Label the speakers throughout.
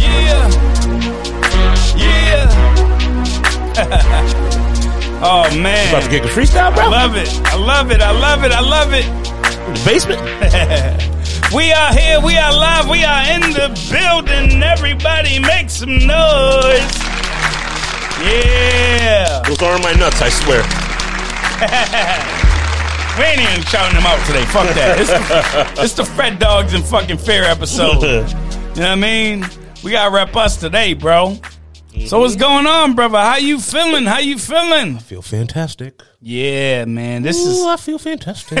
Speaker 1: Yeah. Yeah. oh
Speaker 2: About to
Speaker 1: man.
Speaker 2: get the freestyle,
Speaker 1: I
Speaker 2: bro.
Speaker 1: love it. I love it. I love it. I love it.
Speaker 2: The basement.
Speaker 1: We are here. We are live. We are in the building. Everybody make some noise. Yeah.
Speaker 2: Those are my nuts. I swear.
Speaker 1: We ain't even shouting them out today. Fuck that. It's the, it's the Fred Dogs and fucking Fear episode. You know what I mean? We gotta rep us today, bro. So what's going on, brother? How you feeling? How you feeling?
Speaker 2: feel fantastic.
Speaker 1: Yeah, man. This
Speaker 2: Ooh,
Speaker 1: is
Speaker 2: I feel fantastic.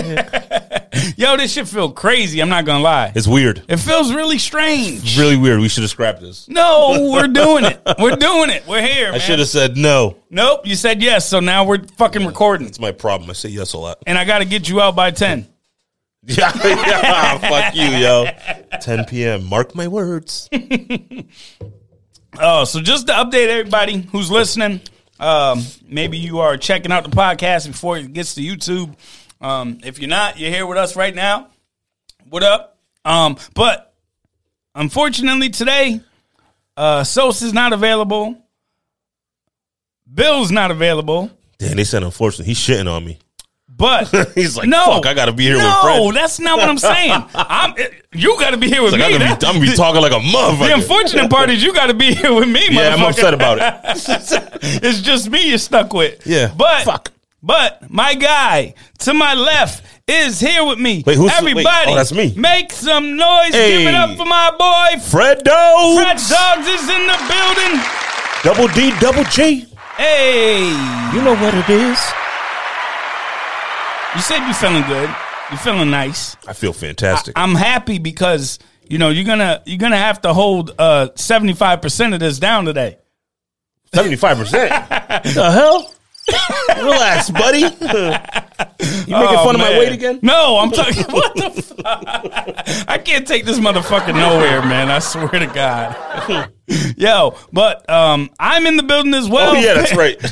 Speaker 1: yo. This shit feel crazy. I'm not gonna lie.
Speaker 2: it's weird.
Speaker 1: It feels really strange.
Speaker 2: Really weird. We should have scrapped this.
Speaker 1: No, we're doing it. We're doing it. We're here.
Speaker 2: I
Speaker 1: Man.
Speaker 2: should have said no.
Speaker 1: Nope. You said yes, so now we're fucking recording.
Speaker 2: It's my problem. I say yes a lot.
Speaker 1: And I gotta get you out by ten.
Speaker 2: yeah, yeah, fuck you, yo. 10 p.m. Mark my words.
Speaker 1: Oh, so just to update everybody who's listening, um, maybe you are checking out the podcast before it gets to YouTube. Um, if you're not, you're here with us right now. What up? Um, but unfortunately, today, uh, Sos is not available. Bill's not available.
Speaker 2: Damn, they said unfortunately. He's shitting on me.
Speaker 1: But
Speaker 2: He's like,
Speaker 1: no,
Speaker 2: fuck, I gotta be here
Speaker 1: no,
Speaker 2: with Fred.
Speaker 1: that's not what I'm saying. I'm you got to be here with
Speaker 2: Like,
Speaker 1: me.
Speaker 2: I'm, gonna
Speaker 1: That-
Speaker 2: be, I'm gonna be talking like a motherfucker.
Speaker 1: the unfortunate part is you got to be here with me.
Speaker 2: yeah, I'm
Speaker 1: motherfucker.
Speaker 2: upset about it.
Speaker 1: it's just me you're stuck with.
Speaker 2: Yeah.
Speaker 1: But
Speaker 2: Fuck.
Speaker 1: But my guy to my left is here with me.
Speaker 2: Wait, who's-
Speaker 1: everybody?
Speaker 2: wait, oh, that's me.
Speaker 1: Make some noise. Give it
Speaker 2: Hey.
Speaker 1: up for my boy
Speaker 2: Fred
Speaker 1: Fred
Speaker 2: Doe.
Speaker 1: Dogs is in the building.
Speaker 2: Double D, double G.
Speaker 1: Hey.
Speaker 2: You know what it is.
Speaker 1: You said you're feeling good. You're feeling nice.
Speaker 2: I feel fantastic.
Speaker 1: I'm happy because you know you're gonna you're gonna have to hold uh 75% of this down today.
Speaker 2: 75%. what the hell? Relax, buddy. you making
Speaker 1: Oh,
Speaker 2: fun of my
Speaker 1: man.
Speaker 2: weight again?
Speaker 1: No, I'm talking. what the? Fuck? I can't take this motherfucker nowhere, man. I swear to God. Yo, but um, I'm in the building as well.
Speaker 2: Oh, yeah, that's right.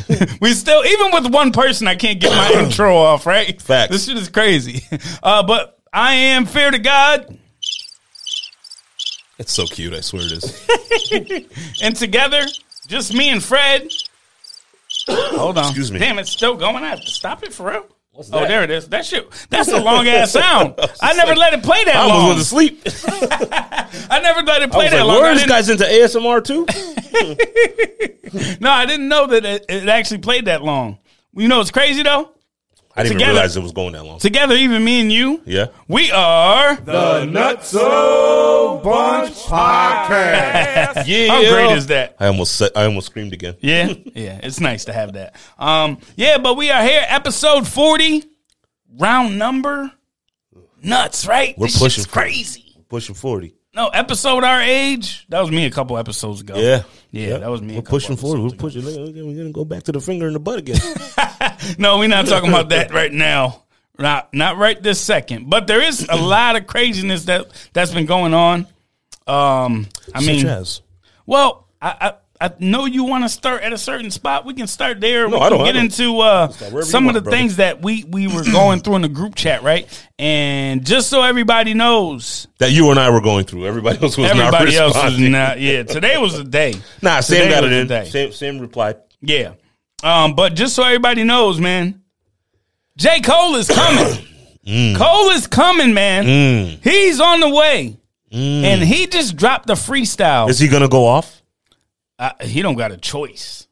Speaker 1: we still, even with one person, I can't get my intro off. Right?
Speaker 2: Facts.
Speaker 1: This shit is crazy. Uh, but I am fear to God,
Speaker 2: It's so cute, I swear it is.
Speaker 1: and together, just me and Fred. Hold on.
Speaker 2: Excuse me.
Speaker 1: Damn, it's still going. I have to stop it for real. Oh,
Speaker 2: that?
Speaker 1: there it is. That shit. That's a long ass sound. I never let it play that
Speaker 2: I
Speaker 1: long.
Speaker 2: almost went to sleep.
Speaker 1: I never let it
Speaker 2: I
Speaker 1: play
Speaker 2: was
Speaker 1: that
Speaker 2: like,
Speaker 1: long. I
Speaker 2: where is
Speaker 1: didn't-
Speaker 2: guys into ASMR too?
Speaker 1: no, I didn't know that it, it actually played that long. You know what's crazy though?
Speaker 2: I didn't
Speaker 1: Together.
Speaker 2: even realize it was going that long.
Speaker 1: Together, even me and you,
Speaker 2: Yeah.
Speaker 1: we are
Speaker 3: Nutso Bunch podcast.
Speaker 2: Yeah.
Speaker 1: how great is that?
Speaker 2: I almost said, I almost screamed again.
Speaker 1: Yeah, yeah, it's nice to have that. Um, yeah, but we are here, episode forty, round number, nuts, right?
Speaker 2: We're
Speaker 1: This shit's
Speaker 2: pushing for it.
Speaker 1: crazy.
Speaker 2: Pushing 40.
Speaker 1: No episode our age. That was me a couple episodes ago.
Speaker 2: Yeah.
Speaker 1: yeah,
Speaker 2: Yeah.
Speaker 1: that was me. a
Speaker 2: We're
Speaker 1: couple
Speaker 2: pushing forward. We're pushing. Look, look, We're gonna go back to the finger in the butt again.
Speaker 1: No, we're not talking about that right now. Not not right this second. But there is a lot of craziness that that's been going on. Um, I mean,
Speaker 2: Such as.
Speaker 1: well, I, I I know you want to start at a certain spot. We can start there. we
Speaker 2: No,
Speaker 1: can
Speaker 2: I don't-
Speaker 1: get
Speaker 2: I don't.
Speaker 1: into uh,
Speaker 2: wherever you
Speaker 1: some
Speaker 2: want,
Speaker 1: of the
Speaker 2: brother.
Speaker 1: things that we we were going through in the group chat, right? And just so everybody knows,
Speaker 2: that you and I were going through. Everybody else was not
Speaker 1: everybody else is
Speaker 2: responding.
Speaker 1: not. Yeah, today was the day.
Speaker 2: Nah, Sam
Speaker 1: Today
Speaker 2: got
Speaker 1: was
Speaker 2: it
Speaker 1: the
Speaker 2: in.
Speaker 1: day.
Speaker 2: Sam, Sam replied.
Speaker 1: Yeah. Um, but just so everybody knows, man, J. Cole is coming.
Speaker 2: Mm.
Speaker 1: Cole is coming, man. He's on the way.
Speaker 2: Mm.
Speaker 1: And he just dropped a freestyle.
Speaker 2: Is he gonna go off?
Speaker 1: Uh, he don't got a choice.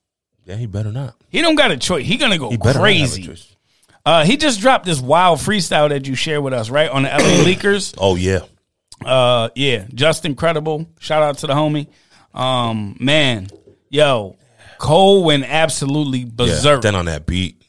Speaker 2: Yeah, he better not.
Speaker 1: He don't got a choice. He gonna go
Speaker 2: He better not have a
Speaker 1: crazy.
Speaker 2: choice.
Speaker 1: Uh, he just dropped this wild freestyle that you shared with us, right? On the LA Leakers.
Speaker 2: Oh yeah.
Speaker 1: Uh, yeah, just incredible. Shout out to the homie. Um, man, yo, Cole went absolutely berserk.
Speaker 2: Then on that beat,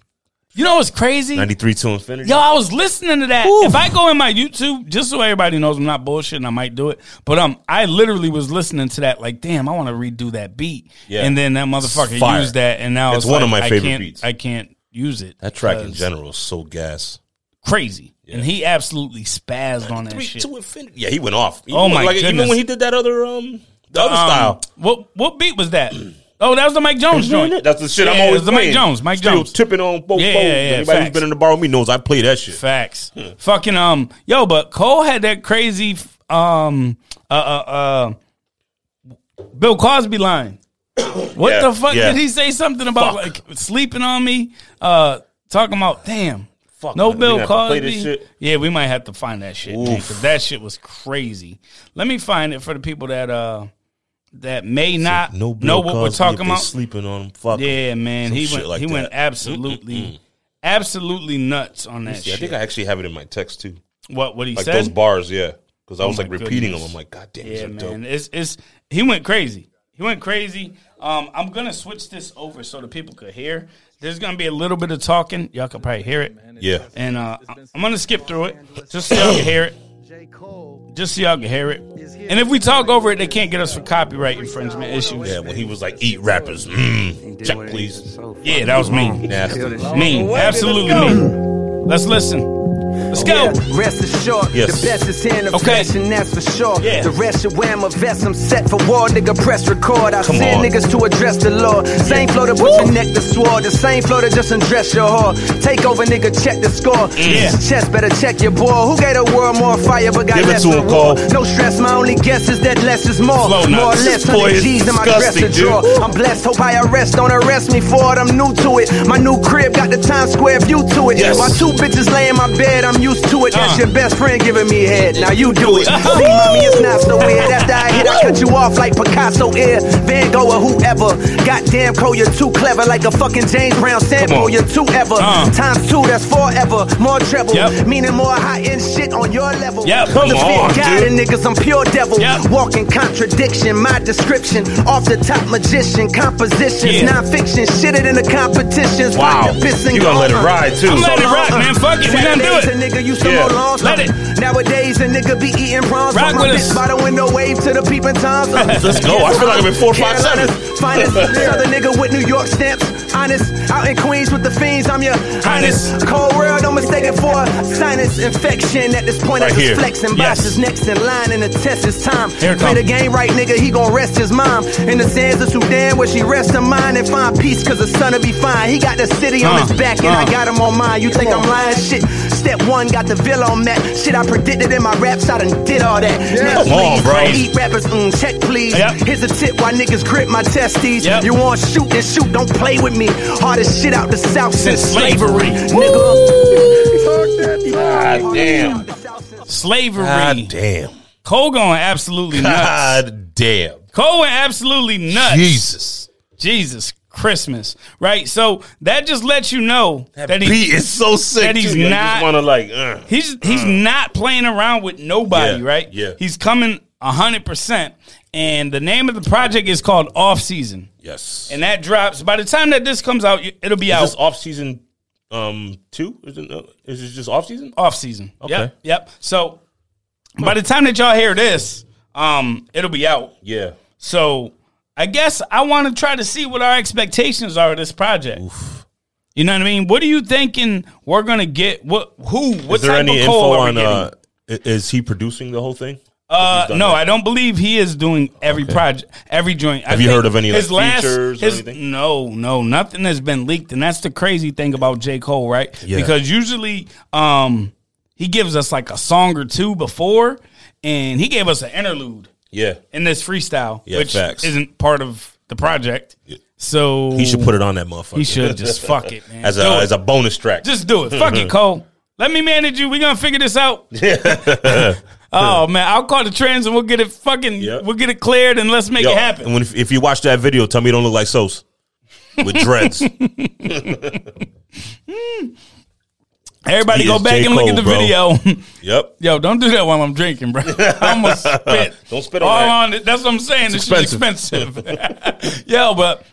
Speaker 1: you know what's crazy?
Speaker 2: ninety three to infinity.
Speaker 1: Yo, I was listening to that. If I go in my YouTube, just so everybody knows I'm not bullshitting, I might do it. But um, I literally was listening to that. Like, damn, I want to redo that beat.
Speaker 2: Yeah.
Speaker 1: And then that motherfucker
Speaker 2: Fire.
Speaker 1: used that, and now
Speaker 2: It's
Speaker 1: it's,
Speaker 2: one of
Speaker 1: like,
Speaker 2: my
Speaker 1: I
Speaker 2: favorite
Speaker 1: can't-
Speaker 2: beats.
Speaker 1: I can't use it.
Speaker 2: That track in
Speaker 1: because
Speaker 2: general is so gas.
Speaker 1: crazy, and he absolutely spazzed on that
Speaker 2: Three
Speaker 1: shit.
Speaker 2: to infinity. Yeah, he went off. Even,
Speaker 1: Oh my
Speaker 2: like, Even
Speaker 1: goodness.
Speaker 2: when he did that other um the other
Speaker 1: Um,
Speaker 2: style.
Speaker 1: What what beat was that? Oh, that was the Mike Jones joint.
Speaker 2: That's the shit
Speaker 1: Yeah,
Speaker 2: I'm always
Speaker 1: it's the Mike
Speaker 2: playing.
Speaker 1: Jones, Mike
Speaker 2: Still
Speaker 1: Jones.
Speaker 2: tipping on both
Speaker 1: Yeah,
Speaker 2: folds.
Speaker 1: yeah, yeah,
Speaker 2: Anybody
Speaker 1: facts.
Speaker 2: who's been in the bar with me knows I play that shit.
Speaker 1: Facts. Fucking um, yo, but Cole had that crazy f- um uh uh uh Bill Cosby line. what
Speaker 2: Yeah,
Speaker 1: the fuck
Speaker 2: yeah.
Speaker 1: did he say something about like sleeping on me? Uh, talking about damn. Fuck, no
Speaker 2: man, we
Speaker 1: Bill
Speaker 2: gonna have to play this
Speaker 1: Cosby.
Speaker 2: shit.
Speaker 1: Yeah, we might have to find that shit because that shit was crazy. Let me find it for the people that uh that may not
Speaker 2: No Bill
Speaker 1: know what
Speaker 2: Cosby
Speaker 1: we're
Speaker 2: if
Speaker 1: talking
Speaker 2: they
Speaker 1: about.
Speaker 2: Sleeping on him. Fuck. him.
Speaker 1: Yeah, man,
Speaker 2: Some
Speaker 1: he
Speaker 2: shit
Speaker 1: went
Speaker 2: like
Speaker 1: he went
Speaker 2: that.
Speaker 1: absolutely, absolutely nuts on that
Speaker 2: Yeah, I
Speaker 1: shit.
Speaker 2: think I actually have it in my text too.
Speaker 1: what what he
Speaker 2: Like
Speaker 1: said? Oh
Speaker 2: those bars, yeah. Because I was like
Speaker 1: my
Speaker 2: repeating
Speaker 1: goodness.
Speaker 2: them. I'm like, God damn, these
Speaker 1: Yeah,
Speaker 2: are dope.
Speaker 1: man. It's it's he went crazy. He went crazy. Um, I'm gonna switch this over so the people could hear. There's gonna be a little bit of talking. Y'all can probably hear it.
Speaker 2: Yeah.
Speaker 1: And uh, I'm gonna skip through it just so y'all can hear it.
Speaker 4: J. Cole
Speaker 1: Just so y'all can hear it. And if we talk over it, they can't get us for copyright infringement issues.
Speaker 2: Yeah, when he was like, eat rappers. Mm. Check, please.
Speaker 1: Yeah, that was me.
Speaker 2: Nasty.
Speaker 1: Me. Absolutely me. Let's listen. Let's go.
Speaker 4: Rest assured,
Speaker 2: Yes.
Speaker 4: the best is here in the
Speaker 1: Okay.
Speaker 4: flesh, and that's for sure.
Speaker 1: Yeah.
Speaker 4: The rest should wear my vest. I'm set for war, nigga. Press record. I
Speaker 2: Come
Speaker 4: send
Speaker 2: on.
Speaker 4: niggas to address the law. Same flow that put your neck to sword. The same flow that just undress your whore. Take over, nigga. Check the score.
Speaker 2: Mm.
Speaker 1: Yeah.
Speaker 4: Chest better check your ball. Who gave the world more fire but got
Speaker 2: Give it
Speaker 4: less
Speaker 2: to him,
Speaker 4: reward?
Speaker 2: Cole.
Speaker 4: No stress. My only guess is that less is more.
Speaker 1: Flow nuts.
Speaker 4: more or
Speaker 2: This
Speaker 4: less.
Speaker 2: boy
Speaker 4: 100
Speaker 2: is
Speaker 4: G's in my
Speaker 2: disgusting,
Speaker 4: dresser drawer.
Speaker 2: dude.
Speaker 4: I'm blessed. Hope I arrest. Don't arrest me for it. I'm new to it. My new crib got the Times Square view to it.
Speaker 2: Yes.
Speaker 4: My two bitches lay in my bed. I'm used to it. That's
Speaker 1: Uh.
Speaker 4: your best friend giving me head. Now you do it. See,
Speaker 1: Uh-huh.
Speaker 4: mommy, it's not so weird. After I hit, I cut you off like Picasso ear, Van Gogh or whoever. Goddamn, Cole, you're too clever. Like a fucking James Brown sample.
Speaker 2: on.
Speaker 4: You're too ever.
Speaker 1: Uh.
Speaker 4: Times two, that's forever. More treble.
Speaker 1: Yep.
Speaker 4: Meaning more high end shit on your level.
Speaker 1: Yep.
Speaker 4: I'm the
Speaker 1: Come
Speaker 4: fear
Speaker 1: on,
Speaker 4: God
Speaker 1: dude.
Speaker 4: and niggas, I'm pure devil.
Speaker 1: Yep.
Speaker 4: Walking contradiction, my description. Off the top magician, compositions,
Speaker 1: Yeah.
Speaker 4: non-fiction. Shit it in the competitions.
Speaker 2: Wow.
Speaker 4: Fuck the piss and
Speaker 2: You gonna
Speaker 4: go
Speaker 2: let it
Speaker 4: on.
Speaker 2: ride, too.
Speaker 1: I'm letting it rock, man. Fuck it. We gonna do
Speaker 4: Nowadays,
Speaker 1: it.
Speaker 4: A nigga used to
Speaker 2: Yeah.
Speaker 4: hold on.
Speaker 1: Let it.
Speaker 4: Nowadays, a nigga be eating prawns.
Speaker 1: Rock
Speaker 4: from
Speaker 1: with
Speaker 4: my
Speaker 1: us.
Speaker 4: bitch by the window, wave to the peeping toms.
Speaker 2: Let's go. I feel like I'm in 457.
Speaker 4: Carolina's Finest Southern nigga with New York stamps. Honest, out in Queens with the fiends. I'm your highness. Cold world, no mistake it for a sinus infection. At this point,
Speaker 2: Right
Speaker 4: I just
Speaker 2: here.
Speaker 4: flexing.
Speaker 1: Yes.
Speaker 4: Bosh is next in line, and the test is time.
Speaker 1: Here it come.
Speaker 4: Play the game right, nigga. He gon' rest his mom in the sands of Sudan, where she rests her mind and find peace. Cause the sun'll be fine. He got the city on
Speaker 1: Uh,
Speaker 4: his back, and
Speaker 1: uh.
Speaker 4: I got him on mine. You think I'm lying? Shit. Step one, got the villa on that. Shit, I predicted in my raps, I done did all that. Now,
Speaker 2: Come on,
Speaker 4: please,
Speaker 2: bro.
Speaker 4: Eat rappers, mm, check please.
Speaker 1: Yep.
Speaker 4: Here's a tip why niggas grip my testes.
Speaker 1: Yep.
Speaker 4: You want shoot, then shoot. Don't play with me. Hardest shit out the south since,
Speaker 1: slavery.
Speaker 4: slavery, nigga.
Speaker 2: God damn.
Speaker 1: Slavery.
Speaker 2: God damn.
Speaker 1: Cole going absolutely nuts.
Speaker 2: God damn.
Speaker 1: Cole went absolutely nuts.
Speaker 2: Jesus.
Speaker 1: Jesus Christmas, right? So that just lets you know that,
Speaker 2: That
Speaker 1: he,
Speaker 2: beat is so sick.
Speaker 1: that he's
Speaker 2: too. Like,
Speaker 1: not-
Speaker 2: You just wanna like, uh.
Speaker 1: he's he's not playing around with nobody,
Speaker 2: Yeah,
Speaker 1: right?
Speaker 2: yeah.
Speaker 1: he's coming hundred percent. And the name of the project is called Off Season,
Speaker 2: Yes.
Speaker 1: and that drops by the time that this comes out, it'll be
Speaker 2: Is
Speaker 1: out
Speaker 2: this off season um two? Is it, uh, is it just off season?
Speaker 1: off season.
Speaker 2: Okay.
Speaker 1: Yep, yep. So by the time that y'all hear this, um, it'll be out.
Speaker 2: Yeah.
Speaker 1: So I guess I want to try to see what our expectations are of this project. You know what I mean? What are you thinking we're gonna get? What who? What
Speaker 2: Is there
Speaker 1: type
Speaker 2: any
Speaker 1: of
Speaker 2: info
Speaker 1: coal are we
Speaker 2: on?
Speaker 1: getting?
Speaker 2: Uh, i- is he producing the whole thing?
Speaker 1: Uh,
Speaker 2: He's done
Speaker 1: no,
Speaker 2: that.
Speaker 1: I don't believe he is doing every project, every joint.
Speaker 2: Have you heard of any, like, features or
Speaker 1: his,
Speaker 2: anything?
Speaker 1: No, no, nothing has been leaked, and that's the crazy thing about J Cole, right?
Speaker 2: Yeah.
Speaker 1: Because usually, um, he gives us like a song or two before, and he gave us an interlude.
Speaker 2: Yeah,
Speaker 1: in this freestyle,
Speaker 2: Yeah,
Speaker 1: which
Speaker 2: facts.
Speaker 1: isn't part of the project. So
Speaker 2: he should put it on that motherfucker.
Speaker 1: He should just fuck it, man.
Speaker 2: as
Speaker 1: Do
Speaker 2: a
Speaker 1: it.
Speaker 2: as a bonus track.
Speaker 1: just do it. Fuck it, Cole. Let me manage you. We gonna figure this out. oh man, I'll call the trends and we'll get it fucking.
Speaker 2: Yeah.
Speaker 1: We'll get it cleared and let's make
Speaker 2: Yo,
Speaker 1: it happen.
Speaker 2: And when, if, if you watch that video, tell me you don't look like Sos with dreads. He
Speaker 1: Everybody
Speaker 2: he
Speaker 1: go
Speaker 2: is
Speaker 1: back
Speaker 2: J.
Speaker 1: and look at
Speaker 2: Cole,
Speaker 1: the
Speaker 2: bro.
Speaker 1: video.
Speaker 2: yep.
Speaker 1: Yo, don't do that while I'm drinking, bro. I almost spit.
Speaker 2: Don't spit on
Speaker 1: All
Speaker 2: that.
Speaker 1: it. That's what I'm saying. this shit's expensive. Yo, but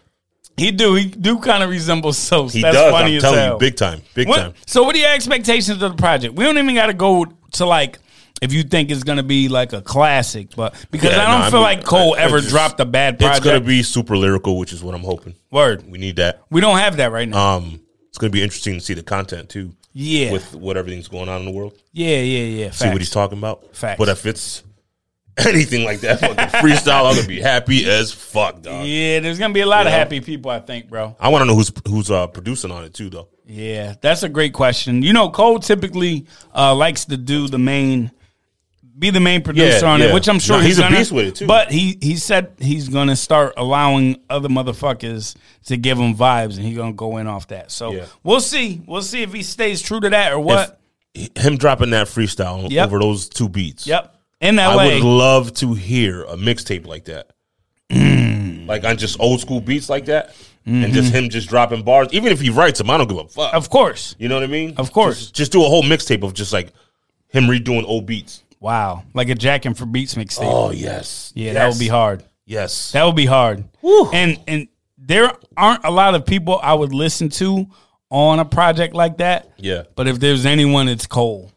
Speaker 1: He do. He do kind of resemble Sos.
Speaker 2: He
Speaker 1: That's
Speaker 2: does.
Speaker 1: funny
Speaker 2: I'm
Speaker 1: as
Speaker 2: telling
Speaker 1: hell.
Speaker 2: you, big time, big
Speaker 1: What-
Speaker 2: time.
Speaker 1: So what are your expectations of the project? We don't even got to go to like if you think it's gonna be like a classic, but because
Speaker 2: Yeah,
Speaker 1: I don't
Speaker 2: no, I
Speaker 1: feel
Speaker 2: mean,
Speaker 1: like Cole
Speaker 2: I- I
Speaker 1: ever
Speaker 2: just-
Speaker 1: dropped a bad project.
Speaker 2: It's gonna be super lyrical, which is what I'm hoping.
Speaker 1: word.
Speaker 2: We need that.
Speaker 1: We don't have that right now.
Speaker 2: Um, it's gonna be interesting to see the content too.
Speaker 1: Yeah.
Speaker 2: with what everything's going on in the world.
Speaker 1: yeah, yeah, yeah.
Speaker 2: See what
Speaker 1: facts.
Speaker 2: he's talking about.
Speaker 1: Facts.
Speaker 2: But if it's anything like that, fucking freestyle, I'm gonna be happy as fuck, dog.
Speaker 1: Yeah, there's gonna be a lot of
Speaker 2: Yeah.
Speaker 1: happy people, I think, bro.
Speaker 2: I want to know who's who's uh, producing on it too, though.
Speaker 1: Yeah, that's a great question. You know, Cole typically uh, likes to do the main, be the main producer
Speaker 2: Yeah,
Speaker 1: on it,
Speaker 2: yeah.
Speaker 1: which I'm sure
Speaker 2: No,
Speaker 1: he's,
Speaker 2: he's a
Speaker 1: gonna,
Speaker 2: beast with it, too.
Speaker 1: But he he said he's gonna start allowing other motherfuckers to give him vibes, and he's gonna go in off that. So
Speaker 2: Yeah.
Speaker 1: we'll see, we'll see if he stays true to that or what.
Speaker 2: Him dropping that freestyle
Speaker 1: Yep.
Speaker 2: over those two beats.
Speaker 1: yep, in that
Speaker 2: I would
Speaker 1: way.
Speaker 2: love to hear a mixtape like that.
Speaker 1: Mm.
Speaker 2: Like on just old school beats like that, and just him just dropping bars. Even if he writes them, I don't give a fuck.
Speaker 1: Mm-hmm. Of course.
Speaker 2: You know what I mean?
Speaker 1: Of course.
Speaker 2: Just, just do a whole mixtape of just like him redoing old beats.
Speaker 1: Wow, like a Jack and for Beats mixtape.
Speaker 2: Oh yes.
Speaker 1: yeah, that would be hard.
Speaker 2: Yes.
Speaker 1: That would be hard. And and there aren't a lot of people I would listen to on a project like that.
Speaker 2: yeah.
Speaker 1: But if there's anyone, it's Cole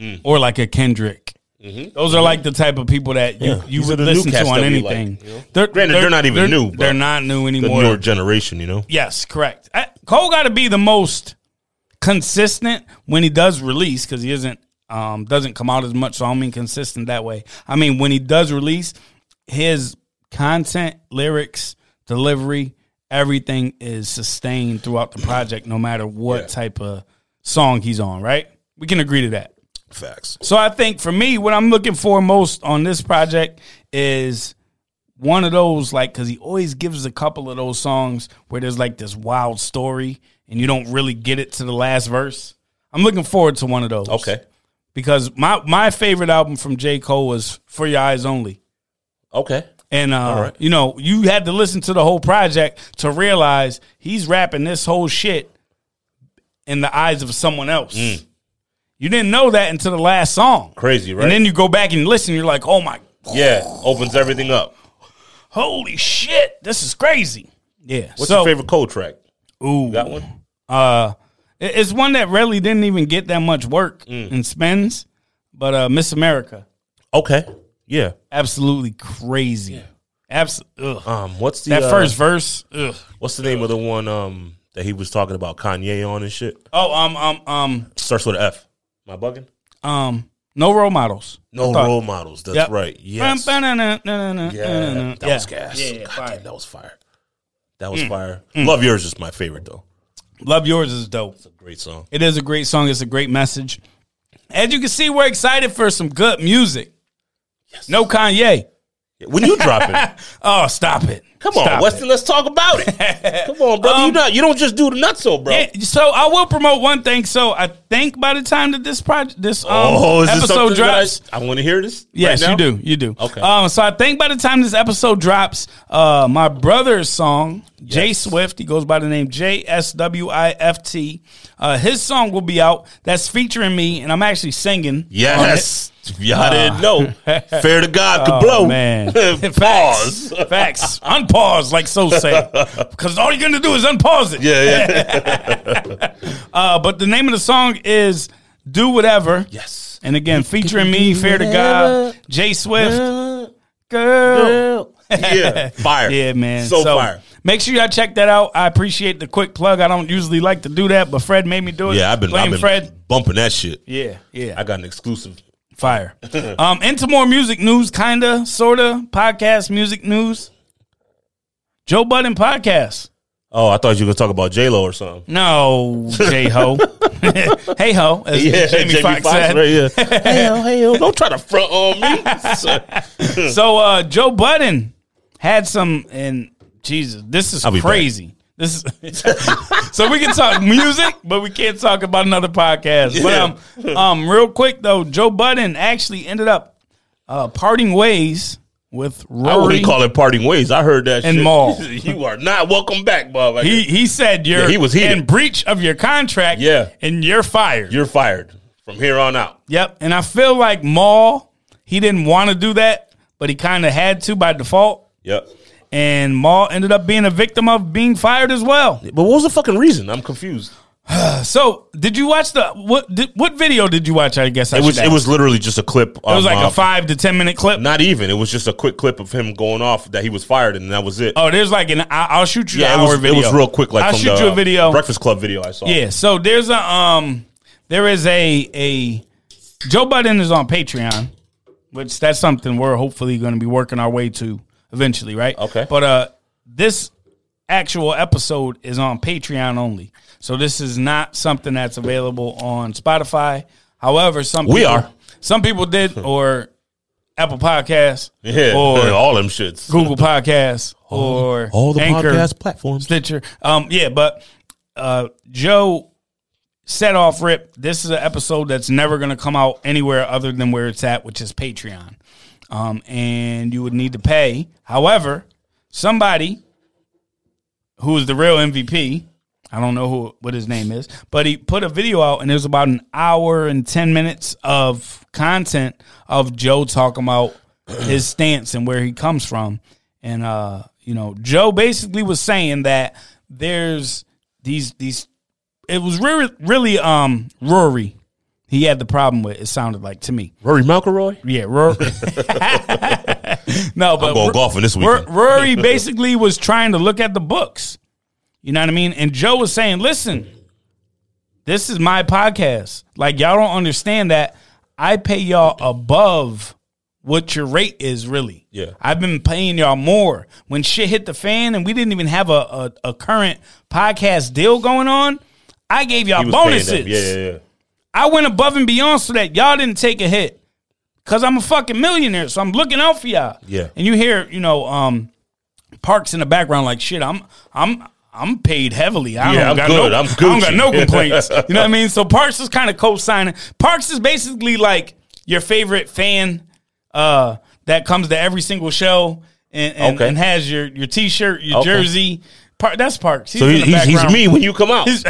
Speaker 2: Mm.
Speaker 1: or like a Kendrick.
Speaker 2: Mm-hmm.
Speaker 1: Those are like the type of people that you, you
Speaker 2: These
Speaker 1: would
Speaker 2: are the new
Speaker 1: listen to
Speaker 2: cats
Speaker 1: on
Speaker 2: that we
Speaker 1: anything.
Speaker 2: like, you know?
Speaker 1: they're,
Speaker 2: Granted, they're not even new, but
Speaker 1: They're not new
Speaker 2: The
Speaker 1: anymore.
Speaker 2: newer generation, you know?
Speaker 1: Yes, correct. Uh, Cole got to be the most consistent when he does release because he isn't um, doesn't come out as much. So I don't mean consistent that way. I mean when he does release, his content, lyrics, delivery, everything is sustained throughout the project, no matter what
Speaker 2: Yeah.
Speaker 1: type of song he's on. Right? We can agree to that.
Speaker 2: Facts.
Speaker 1: So I think for me, what I'm looking for most on this project is one of those like because he always gives a couple of those songs where there's like this wild story and you don't really get it to the last verse. I'm looking forward to one of those.
Speaker 2: Okay.
Speaker 1: because my my favorite album from J Cole was For Your Eyes Only,
Speaker 2: Okay.
Speaker 1: and uh,
Speaker 2: right.
Speaker 1: you know you had to listen to the whole project to realize he's rapping this whole shit in the eyes of someone else. You didn't know that until the last song.
Speaker 2: Mm. Crazy, right?
Speaker 1: And then you go back and listen, you're like, oh my,
Speaker 2: yeah. Opens everything up.
Speaker 1: holy shit, this is crazy. Yeah.
Speaker 2: What's
Speaker 1: so,
Speaker 2: your favorite Cole track?
Speaker 1: Ooh,
Speaker 2: Got one?
Speaker 1: uh, it- it's one that really didn't even get that much work
Speaker 2: Mm.
Speaker 1: and spends, but uh, Miss America,
Speaker 2: Okay. Yeah.
Speaker 1: absolutely crazy. Absolutely.
Speaker 2: Um what's the
Speaker 1: that
Speaker 2: uh,
Speaker 1: first verse. Ugh.
Speaker 2: what's the name of the one um that he was talking about Kanye on and shit?
Speaker 1: Oh, um, um, um,
Speaker 2: Starts with a F. Am I bugging?
Speaker 1: um, no role models.
Speaker 2: No
Speaker 1: Thought-
Speaker 2: role models. That's
Speaker 1: Yep.
Speaker 2: right. Yes.
Speaker 1: Yeah, that
Speaker 2: Yeah, that was gas.
Speaker 1: Yeah, yeah,
Speaker 2: God
Speaker 1: fire. Mm.
Speaker 2: damn, that was fire. That was fire. Love Yours is my favorite though.
Speaker 1: Love Yours is dope.
Speaker 2: Great song.
Speaker 1: It is a great song. It's a great message. As you can see, we're excited for some good music. No Kanye.
Speaker 2: When you drop it,
Speaker 1: Oh, stop it.
Speaker 2: come on,
Speaker 1: Stop
Speaker 2: Weston.
Speaker 1: it. Um,
Speaker 2: Let's talk about it. come on, brother. you not. You don't just do the nutso, bro.
Speaker 1: Yeah, so I will promote one thing. So I think by the time that this project, this um,
Speaker 2: oh, is this
Speaker 1: episode
Speaker 2: episode
Speaker 1: drops,
Speaker 2: I want to hear this.
Speaker 1: yes,
Speaker 2: right
Speaker 1: you
Speaker 2: now?
Speaker 1: do, you do.
Speaker 2: Okay.
Speaker 1: Um, so I think by the time this episode drops, uh, my brother's song, J Swift, he goes by the name J S W I F T. Uh, his song will be out. That's featuring me, and I'm actually singing.
Speaker 2: Yes. Y'all didn't know. Fair to God, could blow.
Speaker 1: Oh, man.
Speaker 2: Pause.
Speaker 1: Facts. Unpause, like so say. Because all you're going to do is unpause it.
Speaker 2: Yeah, yeah.
Speaker 1: Uh, but the name of the song is Do Whatever.
Speaker 2: yes.
Speaker 1: And again, featuring me, Fair to God, J Swift, girl.
Speaker 2: yeah. Fire.
Speaker 1: Yeah, man.
Speaker 2: So, fire.
Speaker 1: Make sure y'all check that out. I appreciate the quick plug. I don't usually like to do that, but Fred made me do it.
Speaker 2: Yeah, I've been,
Speaker 1: Blame
Speaker 2: I've been
Speaker 1: Fred.
Speaker 2: bumping that shit.
Speaker 1: Yeah, yeah.
Speaker 2: I got an exclusive.
Speaker 1: Fire. um, into more music news, kinda, sorta, podcast music news. Joe Budden podcast.
Speaker 2: Oh, I thought you were gonna talk about J Lo or something.
Speaker 1: No, J Ho. hey ho, as
Speaker 2: Yeah,
Speaker 1: Jamie, Foxx said.
Speaker 2: right, yeah. hey, yo, hey, yo, don't try to front on me.
Speaker 1: So uh, Joe Budden had some, and Jesus, this is
Speaker 2: I'll be back.
Speaker 1: crazy. This is so we can talk music, but we can't talk about another podcast. But um, um, real quick though, Joe Budden actually ended up uh, parting ways with
Speaker 2: I
Speaker 1: Rory.
Speaker 2: wouldn't call it parting ways. I heard that
Speaker 1: And
Speaker 2: shit.
Speaker 1: Maul.
Speaker 2: you are not welcome back, Bob.
Speaker 1: He he said you're
Speaker 2: Yeah, he was heated.
Speaker 1: in breach of your contract.
Speaker 2: Yeah.
Speaker 1: and you're fired.
Speaker 2: You're fired from here on out.
Speaker 1: Yep. And I feel like Maul, he didn't want to do that, but he kind of had to by default.
Speaker 2: Yep.
Speaker 1: and Maul ended up being a victim of being fired as well.
Speaker 2: But what was the fucking reason? I'm confused.
Speaker 1: So, did you watch the what? Did, what video did you watch? I guess I
Speaker 2: It was
Speaker 1: should
Speaker 2: it
Speaker 1: ask.
Speaker 2: was literally just a clip. uh,
Speaker 1: It was like a five to ten minute clip.
Speaker 2: Not even. It was just a quick clip of him going off that he was fired and that was it.
Speaker 1: Oh, there's like an. I- I'll shoot you.
Speaker 2: yeah,
Speaker 1: an
Speaker 2: it was
Speaker 1: hour video.
Speaker 2: it was real quick. Like
Speaker 1: I'll
Speaker 2: from
Speaker 1: shoot
Speaker 2: the
Speaker 1: you a video.
Speaker 2: Breakfast Club video I saw.
Speaker 1: Yeah. So there's a um, there is a a Joe Budden is on Patreon, which that's something we're hopefully going to be working our way to eventually, right?
Speaker 2: Okay.
Speaker 1: But uh, this actual episode is on Patreon only, so this is not something that's available on Spotify. However, some
Speaker 2: We
Speaker 1: people-
Speaker 2: are.
Speaker 1: some people did or Apple Podcasts
Speaker 2: yeah,
Speaker 1: or
Speaker 2: all them shits.
Speaker 1: Google Podcasts or Anchor.
Speaker 2: platforms.
Speaker 1: Stitcher. Um, yeah, but uh, Joe set off rip. This is an episode that's never going to come out anywhere other than where it's at, which is Patreon. Um, and you would need to pay. However, somebody who is the real MVP, I don't know who what his name is, but he put a video out, and it was about an hour and ten minutes of content of Joe talking about his stance and where he comes from, and uh, you know, Joe basically was saying that there's these these. It was really really um Rory. He had the problem with it. Sounded like to me,
Speaker 2: Rory McIlroy.
Speaker 1: yeah, Rory. no, but
Speaker 2: I'm going golfing this
Speaker 1: Ro-
Speaker 2: weekend.
Speaker 1: Rory basically was trying to look at the books. You know what I mean? And Joe was saying, listen, this is my podcast. Like, y'all don't understand that I pay y'all above what your rate is, really.
Speaker 2: Yeah.
Speaker 1: I've been paying y'all more. When shit hit the fan and we didn't even have a, a, a current podcast deal going on, I gave y'all
Speaker 2: He was paying
Speaker 1: bonuses.
Speaker 2: them. Yeah, yeah, yeah.
Speaker 1: I went above and beyond so that y'all didn't take a hit. Cause I'm a fucking millionaire, so I'm looking out for y'all.
Speaker 2: Yeah.
Speaker 1: And you hear, you know, um, Parks in the background like shit. I'm, I'm, I'm paid heavily. I
Speaker 2: Yeah,
Speaker 1: don't
Speaker 2: I'm
Speaker 1: got
Speaker 2: good.
Speaker 1: No,
Speaker 2: I'm
Speaker 1: I don't got
Speaker 2: Gucci.
Speaker 1: no complaints. you know what I mean? So Parks is kind of co-signing. Parks is basically like your favorite fan uh, that comes to every single show and and,
Speaker 2: Okay.
Speaker 1: and has your your t-shirt, your
Speaker 2: Okay.
Speaker 1: jersey. Par- that's Parks. He's
Speaker 2: So
Speaker 1: in
Speaker 2: he,
Speaker 1: the
Speaker 2: he's, he's
Speaker 1: background.
Speaker 2: me when you come out.
Speaker 1: He's,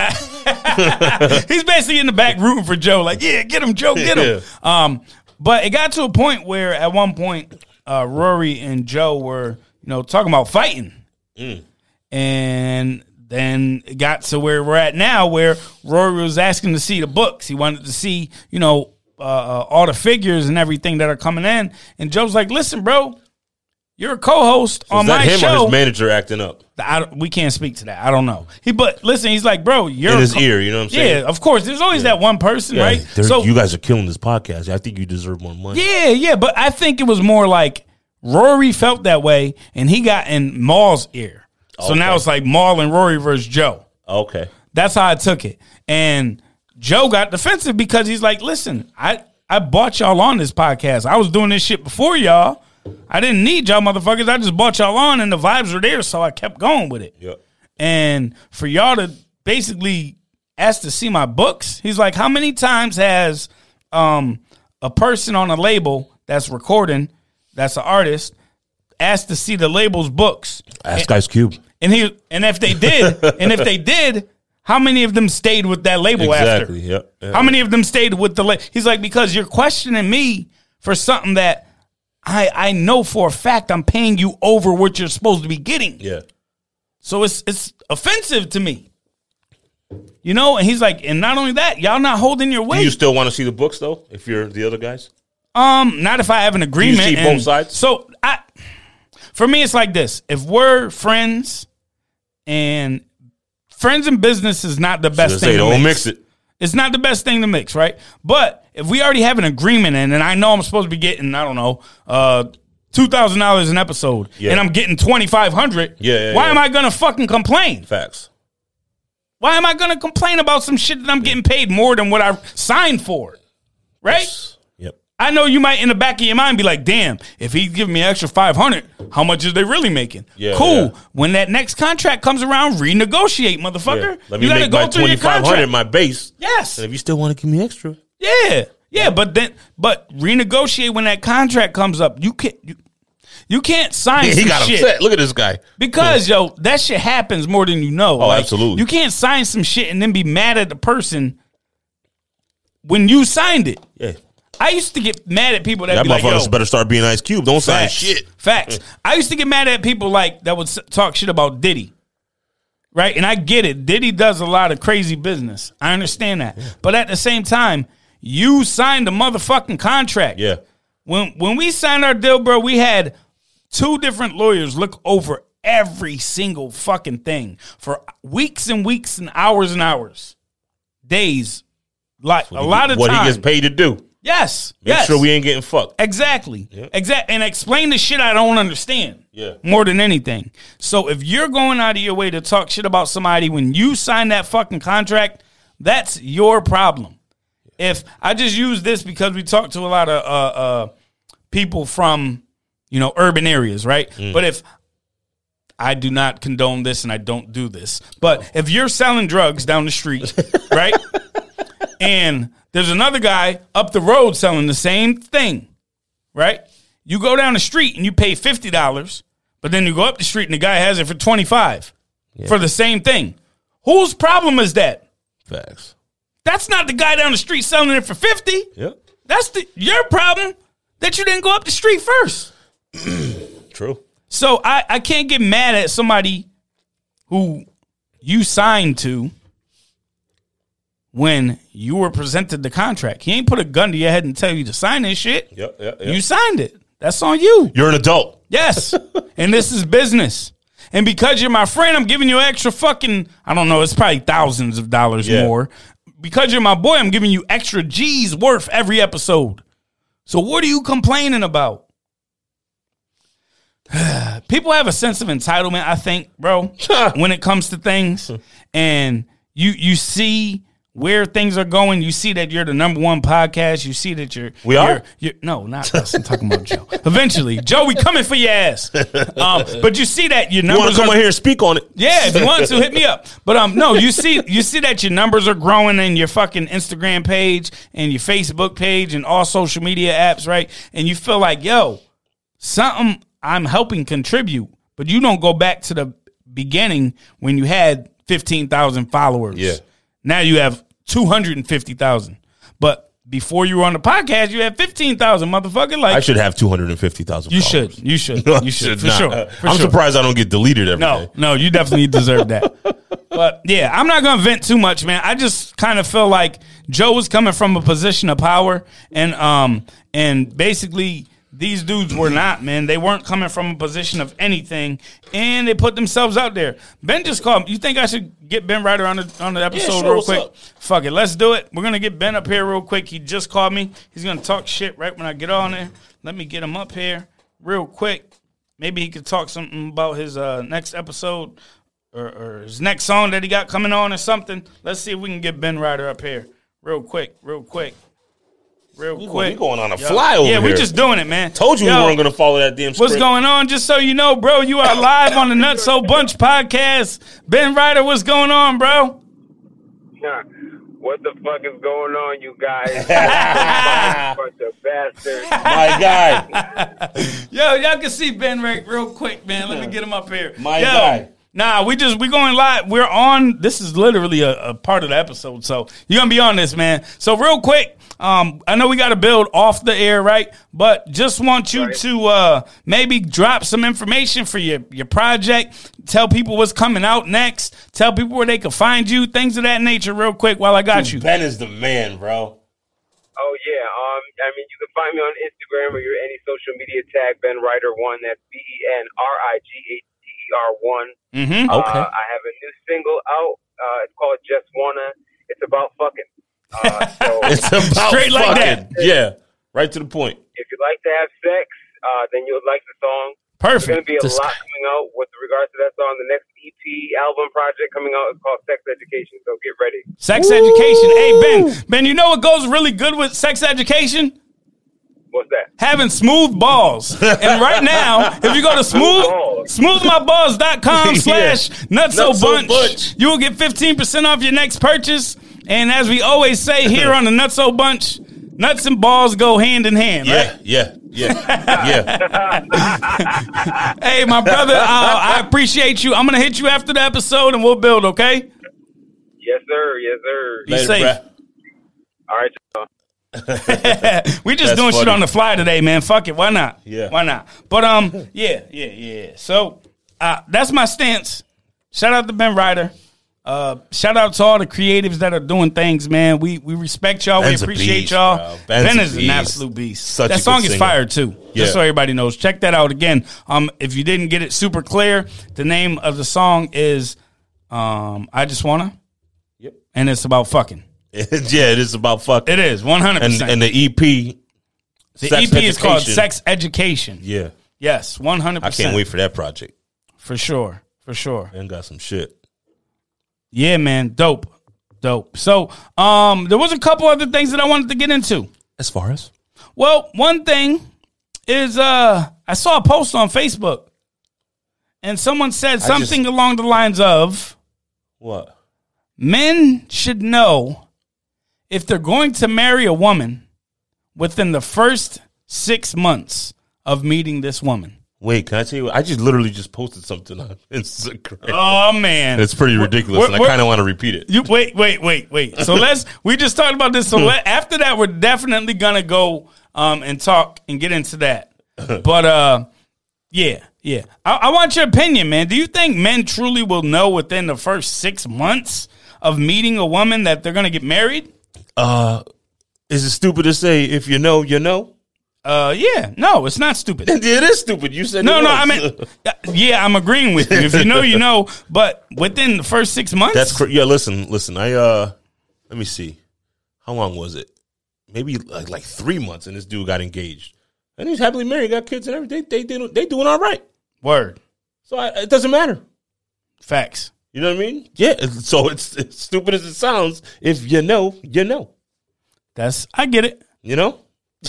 Speaker 1: he's basically in the back rooting for Joe, like, yeah, get him, Joe, get him. Um, but it got to a point where at one point, uh, Rory and Joe were, you know, talking about fighting.
Speaker 2: Mm.
Speaker 1: And then it got to where we're at now, where Rory was asking to see the books. He wanted to see, you know, uh, uh, all the figures and everything that are coming in. And Joe's like, listen, bro, you're a co host on
Speaker 2: Is that
Speaker 1: my
Speaker 2: him
Speaker 1: show.
Speaker 2: or his manager acting up
Speaker 1: I don't- we can't speak to that. I don't know. He but listen, he's like, bro, you're
Speaker 2: in his
Speaker 1: co-
Speaker 2: ear? You know what I'm saying?
Speaker 1: Yeah, of course. There's always that one person,
Speaker 2: Yeah,
Speaker 1: right?
Speaker 2: they're-
Speaker 1: So
Speaker 2: you guys are killing this podcast. I think you deserve more money.
Speaker 1: yeah, yeah. But I think it was more like Rory felt that way, and he got in Maul's ear. So now
Speaker 2: Okay.
Speaker 1: it's like Maul and Rory versus Joe.
Speaker 2: Okay.
Speaker 1: That's how I took it. And Joe got defensive because he's like, listen, I, I bought y'all on this podcast. I was doing this shit before y'all. I didn't need y'all motherfuckers. I just bought y'all on and the vibes were there, so I kept going with it.
Speaker 2: Yeah.
Speaker 1: And for y'all to basically ask to see my books, he's like, how many times has um, a person on a label that's recording, that's an artist, asked to see the label's books?
Speaker 2: Ask Ice Cube.
Speaker 1: And he and if they did, and if they did, how many of them stayed with that label after?
Speaker 2: Exactly. Yep.
Speaker 1: How many of them stayed with the label? He's like, because you're questioning me for something that I I know for a fact I'm paying you over what you're supposed to be getting.
Speaker 2: Yeah.
Speaker 1: So it's it's offensive to me. You know, and he's like, and not only that, y'all not holding your
Speaker 2: Do you
Speaker 1: weight.
Speaker 2: still want to see the books though? If you're the other guys,
Speaker 1: Um, not if I have an agreement.
Speaker 2: see
Speaker 1: and-
Speaker 2: both sides?
Speaker 1: So I, for me, it's like this: if we're friends, and friends and business is not the best
Speaker 2: Just
Speaker 1: thing.
Speaker 2: say
Speaker 1: to
Speaker 2: don't mix it.
Speaker 1: It's not the best thing to mix, right? But if we already have an agreement in, and I know I'm supposed to be getting, I don't know, uh, two thousand dollars an episode,
Speaker 2: Yeah.
Speaker 1: and I'm getting twenty five hundred,
Speaker 2: Yeah, yeah,
Speaker 1: why
Speaker 2: yeah.
Speaker 1: am I gonna fucking complain?
Speaker 2: Facts.
Speaker 1: Why am I going to complain about some shit that I'm getting paid more than what I signed for? Right?
Speaker 2: Yep.
Speaker 1: I know you might in the back of your mind be like, "Damn, if he's giving me an extra 500, how much is they really making?"
Speaker 2: Yeah,
Speaker 1: cool.
Speaker 2: yeah.
Speaker 1: When that next contract comes around, renegotiate, motherfucker.
Speaker 2: Yeah. Let
Speaker 1: you
Speaker 2: me
Speaker 1: got to
Speaker 2: make my
Speaker 1: go through
Speaker 2: twenty
Speaker 1: your
Speaker 2: five hundred
Speaker 1: contract.
Speaker 2: my base.
Speaker 1: yes.
Speaker 2: And if you still want to give me extra,
Speaker 1: Yeah, yeah, but then but renegotiate when that contract comes up. You can't you, you can't sign.
Speaker 2: he
Speaker 1: some
Speaker 2: got
Speaker 1: shit.
Speaker 2: upset. Look at this guy.
Speaker 1: Because yo, that shit happens more than you know.
Speaker 2: Oh, absolutely.
Speaker 1: You can't sign some shit and then be mad at the person when you signed it.
Speaker 2: Yeah.
Speaker 1: I used to get mad at people that,
Speaker 2: That
Speaker 1: be like,
Speaker 2: motherfucker
Speaker 1: yo,
Speaker 2: better start being Ice Cube. Don't sign
Speaker 1: facts,
Speaker 2: shit.
Speaker 1: Facts. I used to get mad at people like that would s- talk shit about Diddy. Right? And I get it. Diddy does a lot of crazy business. I understand that. But at the same time, you signed a motherfucking contract.
Speaker 2: Yeah.
Speaker 1: When when we signed our deal, bro, we had two different lawyers look over every single fucking thing for weeks and weeks and hours and hours. Days. Like a lot of
Speaker 2: what
Speaker 1: time.
Speaker 2: he gets paid to do. Make
Speaker 1: yes. yes.
Speaker 2: sure we ain't getting fucked.
Speaker 1: Exactly. Exact and explain the shit I don't understand.
Speaker 2: Yeah.
Speaker 1: More than anything. So if you're going out of your way to talk shit about somebody when you sign that fucking contract, that's your problem. If I just use this because we talk to a lot of uh, uh, people from you know urban areas, right? But if I do not condone this and I don't do this, but if you're selling drugs down the street, right? and there's another guy up the road selling the same thing, right? You go down the street and you pay fifty dollars, but then you go up the street and the guy has it for twenty five for the same thing. Whose problem is that?
Speaker 2: Facts.
Speaker 1: That's not the guy down the street selling it for fifty.
Speaker 2: Yeah.
Speaker 1: That's the, your problem that you didn't go up the street first.
Speaker 2: True.
Speaker 1: So I, I can't get mad at somebody who you signed to when you were presented the contract. He ain't put a gun to your head and tell you to sign this shit.
Speaker 2: Yeah, yeah, yeah.
Speaker 1: You signed it. That's on you.
Speaker 2: You're an adult.
Speaker 1: Yes. and this is business. And because you're my friend, I'm giving you extra fucking, I don't know, it's probably thousands of dollars
Speaker 2: Yeah.
Speaker 1: more. Because you're my boy, I'm giving you extra G's worth every episode. So what are you complaining about? People have a sense of entitlement, I think, bro, when it comes to things. And you you see where things are going. You see that you're the number one podcast. You see that you're
Speaker 2: We are?
Speaker 1: you're- you no, not us. I'm talking about Joe. Eventually, Joe, we coming for your ass. Um, but you see that your
Speaker 2: You want
Speaker 1: numbers
Speaker 2: to come
Speaker 1: are,
Speaker 2: out here and speak on it?
Speaker 1: Yeah, if you want to, hit me up. But um, no, you see, you see that your numbers are growing in your fucking Instagram page and your Facebook page and all social media apps, right? And you feel like, yo, something I'm helping contribute, but you don't go back to the beginning when you had fifteen thousand followers.
Speaker 2: Yeah.
Speaker 1: Now you have two hundred and fifty thousand, but before you were on the podcast, you had fifteen thousand, motherfucker. Like
Speaker 2: I should have 250,000
Speaker 1: you
Speaker 2: followers.
Speaker 1: should. You should.
Speaker 2: I
Speaker 1: You should. For
Speaker 2: not.
Speaker 1: sure. For
Speaker 2: I'm
Speaker 1: sure.
Speaker 2: surprised I don't get deleted every day.
Speaker 1: No, no, you definitely deserve that. But yeah, I'm not gonna vent too much, man. I just kind of feel like Joe was coming from a position of power, and um, and basically these dudes were not, man. They weren't coming from a position of anything, and they put themselves out there. Ben just called. You think I should get Ben Ryder on the on the episode
Speaker 2: sure,
Speaker 1: real
Speaker 2: what's
Speaker 1: quick?
Speaker 2: up?
Speaker 1: Fuck it, let's do it. We're gonna get Ben up here real quick. He just called me. He's gonna talk shit right when I get on there. Let me get him up here real quick. Maybe he could talk something about his uh, next episode or, or his next song that he got coming on or something. Let's see if we can get Ben Ryder up here real quick, real quick, real
Speaker 2: We going,
Speaker 1: quick.
Speaker 2: we going on a fly over
Speaker 1: yeah,
Speaker 2: here.
Speaker 1: we just doing it, man.
Speaker 2: told you
Speaker 1: Yo,
Speaker 2: we weren't going to follow that damn script.
Speaker 1: What's going on? Just so you know, bro, you are live on the Nuts So Bunch podcast. Ben Ryder, what's going on, bro?
Speaker 5: What the fuck is going on, you guys? bunch of bastards.
Speaker 2: My guy.
Speaker 1: Yo, y'all can see Ben Rick real quick, man. Let me get him up here.
Speaker 2: My
Speaker 1: Yo,
Speaker 2: guy.
Speaker 1: Nah, we just we going live. We're on. This is literally a, a part of the episode, so you're gonna be on this, man. So real quick, um, I know we got to build off the air, right? But just want you
Speaker 5: Right.
Speaker 1: to uh maybe drop some information for your your project. Tell people what's coming out next. Tell people where they can find you, things of that nature, real quick. While I got you,
Speaker 2: Ben is the man, bro.
Speaker 5: Oh yeah. Um, I mean, you can find me on Instagram or your any social media tag Ben Ryder One. That's B E N R I G H T E R One.
Speaker 1: mm-hmm.
Speaker 5: Uh, I have a new single out. Uh, it's called Just Wanna. It's about fucking. Uh, so
Speaker 2: It's about
Speaker 1: Straight like
Speaker 2: fucking- Yeah. Right to the point.
Speaker 5: if you like to have sex, uh, then you'll like the song. There's going
Speaker 1: perfect.
Speaker 5: to be a
Speaker 2: This
Speaker 5: lot coming out with regards to that song. The next EP album project coming out is called Sex Education. So get ready.
Speaker 1: Sex education. Hey Ben, Ben, you know what goes really good with sex education?
Speaker 5: What's that?
Speaker 1: having smooth balls. And right now, if you go to smooth smoothmyballs.com
Speaker 2: Yeah.
Speaker 1: slash nutso
Speaker 2: Nutso
Speaker 1: bunch,
Speaker 2: Bunch.
Speaker 1: you will get 15% off your next purchase. And as we always say here on the Nutso Bunch, nuts and balls go hand in hand. right?
Speaker 2: Yeah, yeah, yeah, yeah.
Speaker 1: Hey, my brother, uh, I appreciate you. I'm going to hit you after the episode and we'll build, okay?
Speaker 5: Yes, sir. Yes, sir.
Speaker 1: Be
Speaker 2: Later,
Speaker 1: safe.
Speaker 2: bruh.
Speaker 5: All right. y'all.
Speaker 1: we just
Speaker 2: That's
Speaker 1: doing shit
Speaker 2: funny.
Speaker 1: on the fly today, man. Fuck it, why not?
Speaker 2: Yeah.
Speaker 1: why not? But um, yeah, yeah, yeah. So uh, that's my stance. Shout out to Ben Ryder. Uh, shout out to all the creatives that are doing things, man. We we respect y'all.
Speaker 2: Ben's
Speaker 1: we
Speaker 2: a
Speaker 1: appreciate
Speaker 2: beast,
Speaker 1: y'all.
Speaker 2: bro. Ben's
Speaker 1: Ben
Speaker 2: a
Speaker 1: is an
Speaker 2: beast.
Speaker 1: absolute beast.
Speaker 2: Such
Speaker 1: that
Speaker 2: a
Speaker 1: song
Speaker 2: good
Speaker 1: is
Speaker 2: singer.
Speaker 1: fire too.
Speaker 2: Yeah.
Speaker 1: Just so everybody knows. Check that out again. Um, if you didn't get it super clear, the name of the song is um, "I Just Wanna,"
Speaker 2: Yep.
Speaker 1: and it's about fucking.
Speaker 2: yeah, it is about fucking.
Speaker 1: It is one hundred
Speaker 2: And
Speaker 1: percent.
Speaker 2: and the E EP.
Speaker 1: The EP is called Sex Education.
Speaker 2: Yeah,
Speaker 1: Yes, one hundred
Speaker 2: I
Speaker 1: percent.
Speaker 2: can't wait for that project.
Speaker 1: for sure, for sure.
Speaker 2: And got some shit.
Speaker 1: Yeah, man, dope, dope. So, um, there was a couple other things that I wanted to get into.
Speaker 2: As far as
Speaker 1: Well, one thing is, uh, I saw a post on Facebook, and someone said
Speaker 2: just-
Speaker 1: something along the lines of,
Speaker 2: what?
Speaker 1: "Men should know if they're going to marry a woman within the first six months of meeting this woman."
Speaker 2: Wait, can I tell you? What? I just literally just posted something on Instagram.
Speaker 1: Oh man,
Speaker 2: It's pretty ridiculous,
Speaker 1: we're-
Speaker 2: and I
Speaker 1: we're-
Speaker 2: kind of want to repeat it.
Speaker 1: You wait, wait, wait, wait. So let's we just talked about this. So let, after that, we're definitely gonna go um and talk and get into that. But uh, yeah, yeah. I, I want your opinion, man. Do you think men truly will know within the first six months of meeting a woman that they're gonna get married?
Speaker 2: Is it stupid to say if you know, you know?
Speaker 1: Uh, yeah. No, it's not stupid.
Speaker 2: It is stupid. You said
Speaker 1: No,
Speaker 2: it
Speaker 1: no.
Speaker 2: was.
Speaker 1: I mean, yeah, I'm agreeing with you. If you know, you know. But within the first six months,
Speaker 2: That's cr- yeah. Listen, listen. I uh, let me see. How long was it? Maybe like, like three months, and this dude got engaged, and he's happily married, got kids, and everything. They they, they, they doing all right.
Speaker 1: word
Speaker 2: So I, it doesn't matter.
Speaker 1: facts.
Speaker 2: You know what I mean? Yeah. it's- So it's, it's stupid as it sounds. If you know, you know.
Speaker 1: That's I get it.
Speaker 2: You know.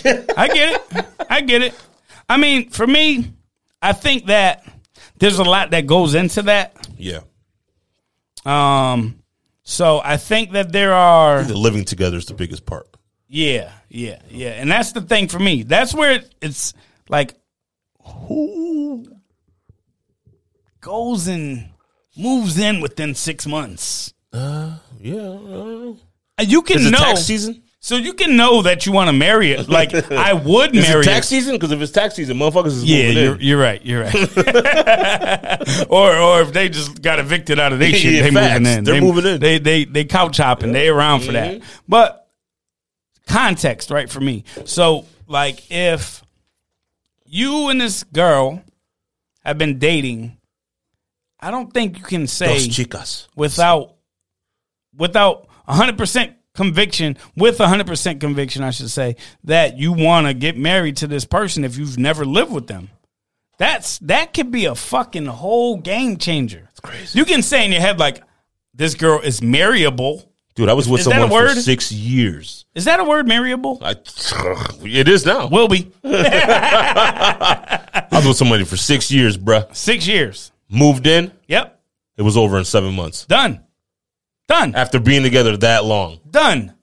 Speaker 1: I get it. I get it. I mean, for me, I think that there's a lot that goes into that.
Speaker 2: Yeah.
Speaker 1: Um, so I think that there are,
Speaker 2: The living together is the biggest part.
Speaker 1: yeah, yeah, yeah, and that's the thing for me. That's where it, it's like, who goes and moves in within six months?
Speaker 2: Yeah. I don't know.
Speaker 1: You can
Speaker 2: Is it
Speaker 1: know
Speaker 2: tax season?
Speaker 1: so you can know that you want to marry it. Like I would
Speaker 2: Is
Speaker 1: marry
Speaker 2: it
Speaker 1: it.
Speaker 2: tax season? Because if it's tax season, motherfuckers is
Speaker 1: Yeah,
Speaker 2: moving
Speaker 1: you're,
Speaker 2: in.
Speaker 1: you're right. You're right. or or if they just got evicted out of their shit,
Speaker 2: Yeah,
Speaker 1: they
Speaker 2: facts.
Speaker 1: moving in.
Speaker 2: They're
Speaker 1: they,
Speaker 2: moving in. Mm-hmm.
Speaker 1: They they they couch hopping. They around for that. But context, right? For me, so like if you and this girl have been dating, I don't think you can say
Speaker 2: Dos chicas.
Speaker 1: without without 100% conviction with 100% conviction I should say that you want to get married to this person if you've never lived with them. That's that could be a fucking whole game changer. It's
Speaker 2: crazy.
Speaker 1: You can say in your head like this girl is marryable.
Speaker 2: Dude, I was with
Speaker 1: Is that a
Speaker 2: someone for
Speaker 1: word?
Speaker 2: six years.
Speaker 1: Is that a word marryable?
Speaker 2: I, it is now.
Speaker 1: Will be
Speaker 2: I was with somebody for six years, bruh.
Speaker 1: 6 years.
Speaker 2: Moved in.
Speaker 1: Yep.
Speaker 2: It was over in seven months.
Speaker 1: Done. Done.
Speaker 2: After being together that long.
Speaker 1: Done.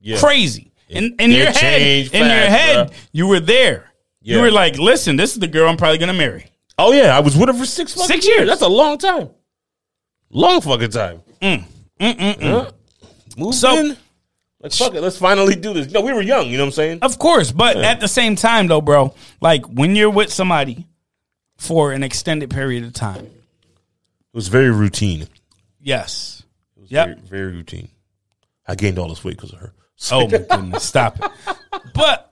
Speaker 2: Yeah.
Speaker 1: crazy. In, in
Speaker 2: It
Speaker 1: your head, in
Speaker 2: changed
Speaker 1: your
Speaker 2: fast,
Speaker 1: head,
Speaker 2: bruh.
Speaker 1: you were there. You
Speaker 2: Yeah.
Speaker 1: were like, "Listen, this is the girl I'm probably gonna marry."
Speaker 2: Oh, yeah. I was with her for six fucking
Speaker 1: Six
Speaker 2: years.
Speaker 1: years.
Speaker 2: That's a long time. Long fucking time. Mm. Mm-mm-mm. Moved
Speaker 1: So-
Speaker 2: in. Like, fuck it. Let's finally do this. No, we were young. You know what I'm saying?
Speaker 1: Of course, but at the same time, though, bro, like when you're with somebody for an extended period of time,
Speaker 2: It was very routine.
Speaker 1: yes,
Speaker 2: Yeah,
Speaker 1: Yep.
Speaker 2: Very, very routine. I gained all this weight because of her.
Speaker 1: Oh my goodness, stop it. But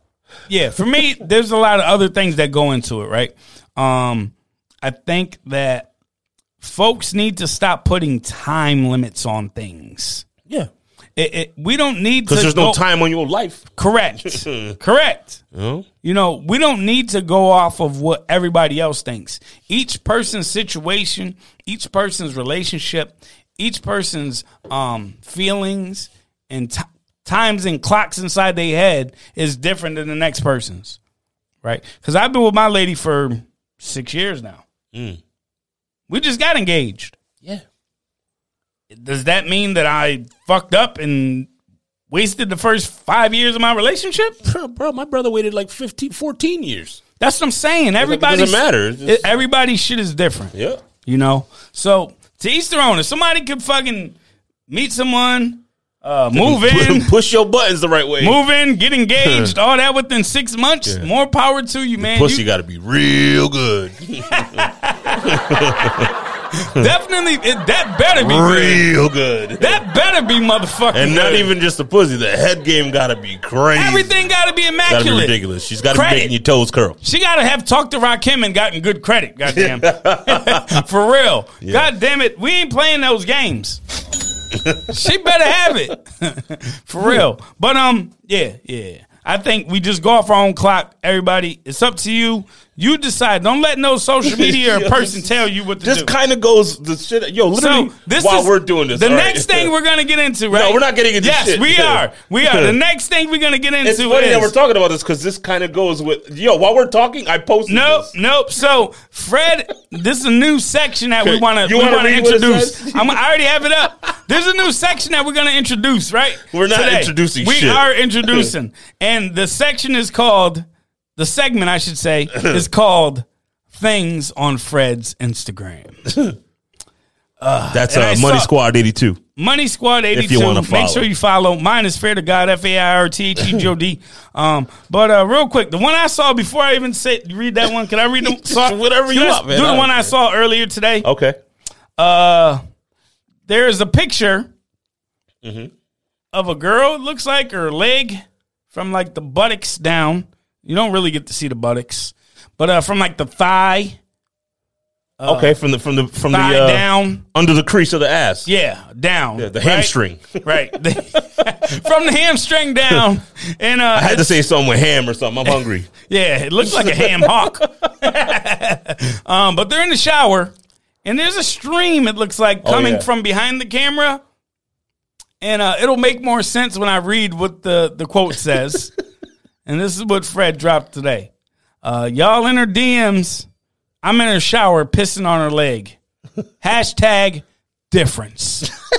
Speaker 1: yeah, for me, there's a lot of other things that go into it, right? Um, I think that folks need to stop putting time limits on things.
Speaker 2: Yeah.
Speaker 1: It, it, we don't need to
Speaker 2: Because there's no
Speaker 1: go-
Speaker 2: time on your life.
Speaker 1: Correct. Correct. You know, we don't need to go off of what everybody else thinks. Each person's situation, each person's relationship, each person's um, feelings and ti times and clocks inside their head is different than the next person's, right? Because I've been with my lady for six years now. We just got engaged.
Speaker 2: Yeah.
Speaker 1: Does that mean that I fucked up and wasted the first five years of my relationship?
Speaker 2: Bro, bro, my brother waited like 15, 14 years.
Speaker 1: That's what I'm saying. Everybody's
Speaker 2: doesn't matter. It's just-
Speaker 1: everybody's shit is different.
Speaker 2: Yeah.
Speaker 1: You know? So to each their own. If somebody could fucking meet someone Uh, move in,
Speaker 2: Push your buttons the right way.
Speaker 1: move in, get engaged, all that within six months. More power to you, man.
Speaker 2: Pussy
Speaker 1: You
Speaker 2: got to be real good.
Speaker 1: definitely it, that better be good.
Speaker 2: real good.
Speaker 1: That better be motherfucking.
Speaker 2: And not
Speaker 1: good.
Speaker 2: even just the pussy. The head game got to be crazy.
Speaker 1: everything got to be
Speaker 2: Got to be
Speaker 1: immaculate.
Speaker 2: ridiculous. She's got to be
Speaker 1: Credit.
Speaker 2: making your toes curl.
Speaker 1: She gotta have talked to Rakim and gotten good credit. Goddamn, for real. God damn it, we ain't playing those games. she better have it, for real. But um, yeah, yeah. I think we just go off our own clock. Everybody, it's up to you. You decide. Don't let no social media or
Speaker 2: Yo,
Speaker 1: person
Speaker 2: this-
Speaker 1: tell you what to
Speaker 2: This
Speaker 1: do.
Speaker 2: kind of goes the shit. Yo, literally,
Speaker 1: so this
Speaker 2: while
Speaker 1: is
Speaker 2: we're doing this,
Speaker 1: the
Speaker 2: all right.
Speaker 1: next thing we're gonna get into, right?
Speaker 2: we're not getting into
Speaker 1: Yes,
Speaker 2: shit.
Speaker 1: we are. We are. The next thing we're gonna get into
Speaker 2: It's funny
Speaker 1: is
Speaker 2: that we're talking about this because this kind of goes with yo. While we're talking, I posted.
Speaker 1: Nope,
Speaker 2: this.
Speaker 1: nope. So, Fred, this is a new section that we
Speaker 2: Okay,
Speaker 1: want to
Speaker 2: you
Speaker 1: we
Speaker 2: wanna
Speaker 1: want to
Speaker 2: read what it
Speaker 1: introduce.
Speaker 2: says?
Speaker 1: I'm, I already have it up. There's a new section that we're going to introduce, right?
Speaker 2: We're not introducing
Speaker 1: We
Speaker 2: shit.
Speaker 1: are introducing, and the section is called the segment, I should say, is called "Things on Fred's Instagram."
Speaker 2: That's
Speaker 1: and I
Speaker 2: uh, Money
Speaker 1: saw-
Speaker 2: Squad eighty two.
Speaker 1: Money Squad 82.
Speaker 2: you wanna follow.
Speaker 1: Make sure you follow. Mine is Fair to God, F A I R T H E G O D. Um, but uh, real quick, the one I saw before I even said, read that one, can I read the so I-
Speaker 2: Whatever you
Speaker 1: can I
Speaker 2: want, man.
Speaker 1: Do
Speaker 2: I
Speaker 1: the
Speaker 2: don't
Speaker 1: one I
Speaker 2: care. Oh.
Speaker 1: saw earlier today.
Speaker 2: Okay,
Speaker 1: Uh, there is a picture
Speaker 2: Mm-hmm.
Speaker 1: of a girl, it looks like, her leg from like the buttocks down. You don't really get to see the buttocks, but uh, from like the thigh,
Speaker 2: okay. From the from the from the
Speaker 1: thigh
Speaker 2: uh,
Speaker 1: down.
Speaker 2: under the crease of the ass.
Speaker 1: Yeah, down.
Speaker 2: Yeah, the
Speaker 1: right?
Speaker 2: hamstring.
Speaker 1: Right. From the hamstring down. And uh
Speaker 2: I had to say something with ham or something. I'm hungry.
Speaker 1: yeah, it looks like a ham hock. um, but they're in the shower and there's a stream it looks like
Speaker 2: Oh,
Speaker 1: coming
Speaker 2: yeah.
Speaker 1: from behind the camera. And uh, it'll make more sense when I read what the, the quote says. and this is what Fred dropped today. Uh, y'all in her DMs. I'm in her shower pissing on her leg. Hashtag difference.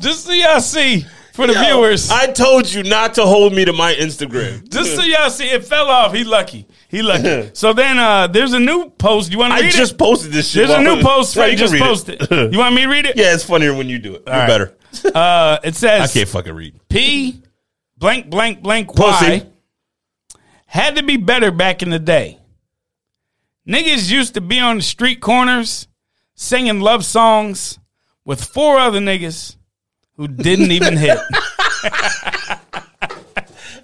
Speaker 1: Just so y'all see for the viewers.
Speaker 2: I told you not to hold me to my Instagram.
Speaker 1: Just so y'all see, it fell off. He lucky. He lucky. so then uh, there's a new post. You want to
Speaker 2: I
Speaker 1: read
Speaker 2: just
Speaker 1: it?
Speaker 2: posted this shit.
Speaker 1: There's a
Speaker 2: while-
Speaker 1: new post.
Speaker 2: No,
Speaker 1: Fred
Speaker 2: you can
Speaker 1: just
Speaker 2: read
Speaker 1: posted. You want me to read it?
Speaker 2: Yeah, it's funnier when you do it. You're
Speaker 1: right.
Speaker 2: better.
Speaker 1: Uh, it
Speaker 2: I
Speaker 1: says
Speaker 2: can't fucking read.
Speaker 1: P blank blank blank
Speaker 2: Pussy.
Speaker 1: Y had to be better back in the day. Niggas used to be on the street corners singing love songs with four other niggas who didn't even hit.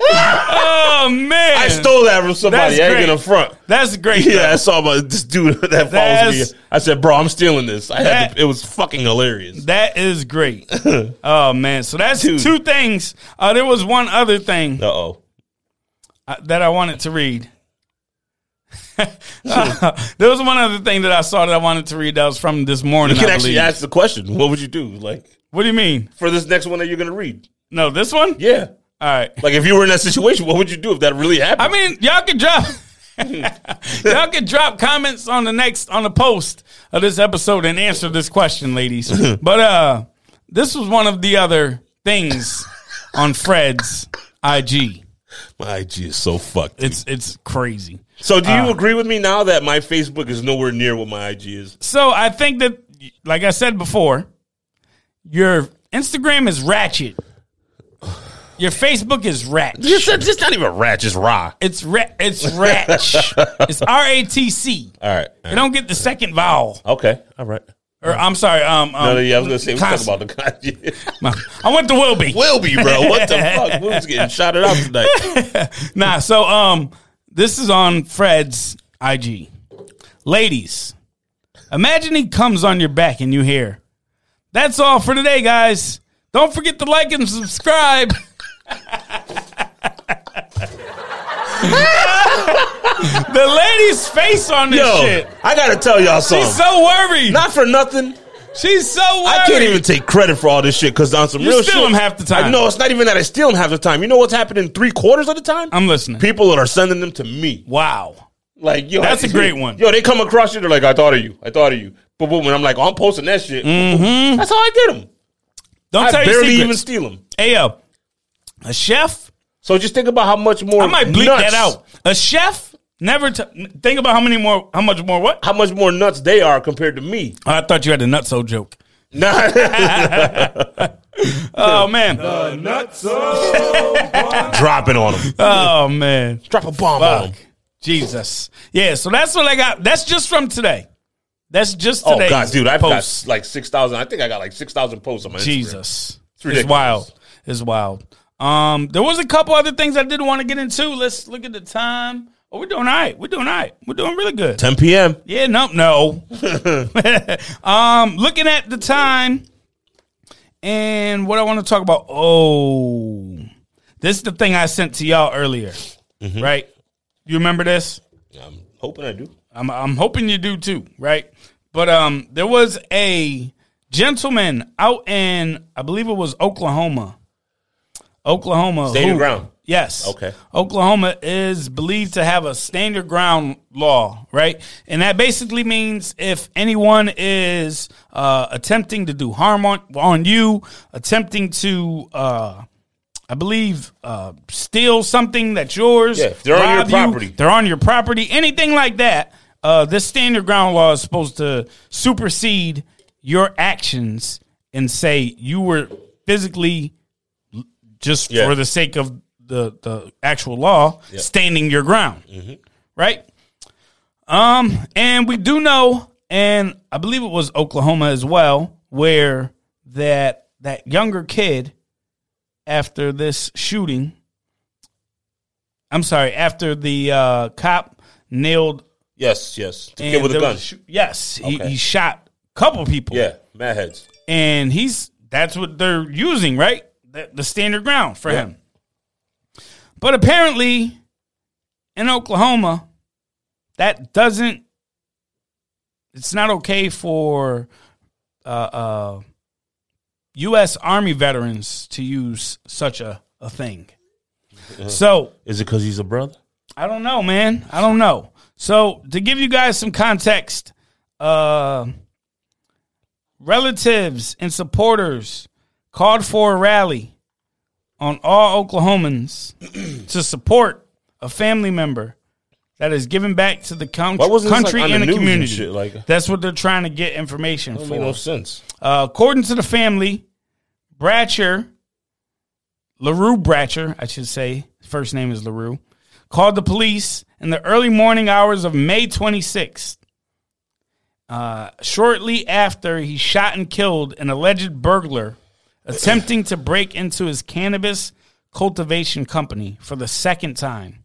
Speaker 1: oh man.
Speaker 2: I stole that from somebody.
Speaker 1: That's
Speaker 2: I ain't
Speaker 1: great.
Speaker 2: gonna front.
Speaker 1: That's great.
Speaker 2: Yeah, I saw my this dude that follows
Speaker 1: That's-
Speaker 2: me. I said, "Bro, I'm stealing this." I had
Speaker 1: That-
Speaker 2: to, it was fucking hilarious.
Speaker 1: That is great. oh man, so that's
Speaker 2: Dude.
Speaker 1: two things. Uh, there was one other thing
Speaker 2: Uh oh.
Speaker 1: uh, that I wanted to read. Uh, there was one other thing that I saw that I wanted to read that was from this
Speaker 2: You
Speaker 1: morning.
Speaker 2: can
Speaker 1: I
Speaker 2: actually
Speaker 1: believe.
Speaker 2: ask the question. What would you do, like,
Speaker 1: what do you mean?
Speaker 2: for this next one that you're gonna read?
Speaker 1: No, this one.
Speaker 2: Yeah,
Speaker 1: All right.
Speaker 2: like if you were in that situation, what would you do if that really happened?
Speaker 1: I mean, y'all can drop. y'all can drop comments on the next on the post of this episode and answer this question, ladies. but uh, this was one of the other things on Fred's IG.
Speaker 2: my IG is so fucked.
Speaker 1: It's uh, it's crazy.
Speaker 2: so, do you agree with me now that my Facebook is nowhere near what my IG is?
Speaker 1: So I think that, like I said before, your Instagram is ratchet. Your Facebook is rat.
Speaker 2: it's not even rat, just raw.
Speaker 1: It's rat. It's ratch. it's R A T C.
Speaker 2: All right.
Speaker 1: You don't get the second vowel.
Speaker 2: Okay. All right.
Speaker 1: Or I'm sorry. Um. um
Speaker 2: No, no, yeah, I was gonna say we talking about the guy.
Speaker 1: I went to Wilby.
Speaker 2: Will be, bro. What the fuck? We was getting shouted out tonight.
Speaker 1: Nah, so um this is on Fred's IG. Ladies, imagine he comes on your back and you hear. That's all for today, guys. Don't forget to like and subscribe. the lady's face on this
Speaker 2: Yo,
Speaker 1: shit.
Speaker 2: I gotta tell y'all something.
Speaker 1: She's so worried.
Speaker 2: Not for nothing.
Speaker 1: She's so worried.
Speaker 2: I can't even take credit for all this shit because on some
Speaker 1: You
Speaker 2: real
Speaker 1: steal
Speaker 2: shit,
Speaker 1: them half the time.
Speaker 2: I, no, it's not even that I steal them half the time. You know what's happening three quarters of the time?
Speaker 1: I'm listening.
Speaker 2: People that are sending them to me,
Speaker 1: Wow.
Speaker 2: like yo,
Speaker 1: That's a great one.
Speaker 2: Yo, they come across you, they're like, I thought of you, I thought of you. But when I'm like, oh, I'm posting that shit, that's how I get them.
Speaker 1: Don't
Speaker 2: I
Speaker 1: Mm-hmm. tell your
Speaker 2: barely
Speaker 1: secrets.
Speaker 2: even steal them.
Speaker 1: Ayo, a chef
Speaker 2: So just think about how much more
Speaker 1: I might bleep
Speaker 2: nuts,
Speaker 1: that out. A chef never t- think about how many more, how much more. What?
Speaker 2: How much more nuts they are compared to me.
Speaker 1: I thought you had a nutso joke. Oh man.
Speaker 2: Dropping on him.
Speaker 1: Oh man.
Speaker 2: Drop a bomb on him.
Speaker 1: Fuck. Jesus. Yeah, so that's what I got. That's just from today. That's just
Speaker 2: Oh
Speaker 1: today.
Speaker 2: god, dude, I've
Speaker 1: post.
Speaker 2: got like six thousand. I think I got like six thousand posts on my Instagram.
Speaker 1: Jesus. It's,
Speaker 2: ridiculous.
Speaker 1: wild. It's wild. Um, there was a couple other things I did want to get into. Let's look at the time. Oh, we're doing all right. We're doing all right. We're doing really good.
Speaker 2: Ten p.m.
Speaker 1: Yeah, no, no. um, looking at the time and what I want to talk about. Oh, this is the thing I sent to y'all earlier, right? You remember this?
Speaker 2: I'm hoping I do.
Speaker 1: I'm, I'm hoping you do too, right? But um, there was a gentleman out in, I believe it was Oklahoma. Oklahoma.
Speaker 2: Stand your
Speaker 1: who-
Speaker 2: ground.
Speaker 1: Yes.
Speaker 2: Okay.
Speaker 1: Oklahoma is believed to have a stand your ground law, right? And that basically means if anyone is uh, attempting to do harm on, on you, attempting to, uh, I believe, uh, steal something that's yours,
Speaker 2: Yeah, if they're on your
Speaker 1: rob you,
Speaker 2: property.
Speaker 1: they're on your property, anything like that, uh, this stand your ground law is supposed to supersede your actions and say you were physically just
Speaker 2: Yeah.
Speaker 1: for the sake of the the actual law, standing your ground,
Speaker 2: Mm-hmm.
Speaker 1: right? Um, and we do know, and I believe it was Oklahoma as well, where that that younger kid after this shooting, I'm sorry, after the uh, cop nailed
Speaker 2: Yes, yes. To
Speaker 1: and
Speaker 2: get with a
Speaker 1: there was
Speaker 2: gun.
Speaker 1: shoo- yes,
Speaker 2: Okay.
Speaker 1: he, he shot a couple people
Speaker 2: Yeah, mad heads.
Speaker 1: and he's that's what they're using, right? The, the standard ground for
Speaker 2: Yeah.
Speaker 1: him. But apparently, in Oklahoma, that doesn't. It's not okay for uh, uh, U.S. Army veterans to use such a, a thing. So
Speaker 2: Is it because he's a brother?
Speaker 1: I don't know, man. I don't know. So to give you guys some context, uh, relatives and supporters called for a rally on all Oklahomans to support a family member that is giving back to the coun-
Speaker 2: Why wasn't this, like,
Speaker 1: country
Speaker 2: on the
Speaker 1: and the
Speaker 2: news and
Speaker 1: community.
Speaker 2: shit, like-
Speaker 1: That's what they're trying to get information
Speaker 2: Don't
Speaker 1: for.
Speaker 2: make no sense.
Speaker 1: Uh, according to the family, Bratcher, LaRue Bratcher, I should say, first name is LaRue, called the police in the early morning hours of May 26th. Uh, shortly after he shot and killed an alleged burglar attempting to break into his cannabis cultivation company for the second time.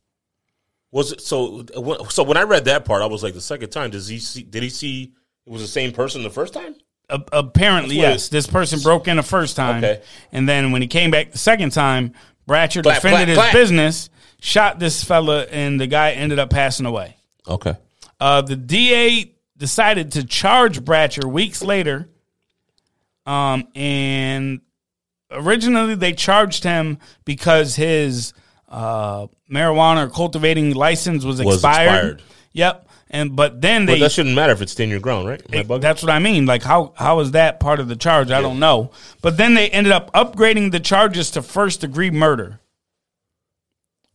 Speaker 2: Was it so? wh- So when I read that part, I was like, the second time, does he see? Did he see? It was the same person the first time.
Speaker 1: A- apparently,
Speaker 2: That's what
Speaker 1: yes. This person broke in the first time,
Speaker 2: Okay.
Speaker 1: and then when he came back the second time, Bratcher
Speaker 2: Clap,
Speaker 1: defended
Speaker 2: clap,
Speaker 1: his
Speaker 2: clap.
Speaker 1: business, shot this fella, and the guy ended up passing away.
Speaker 2: Okay.
Speaker 1: Uh, the DA decided to charge Bratcher weeks later, um, and originally they charged him because his uh, marijuana or cultivating license was
Speaker 2: Was
Speaker 1: expired.
Speaker 2: expired.
Speaker 1: Yep, and but then
Speaker 2: But
Speaker 1: they
Speaker 2: that shouldn't matter if it's in your ground, right? Am I
Speaker 1: it-
Speaker 2: bugging?
Speaker 1: that's what I mean. Like how how is that part of the charge? I don't know. But then they ended up upgrading the charges to first degree murder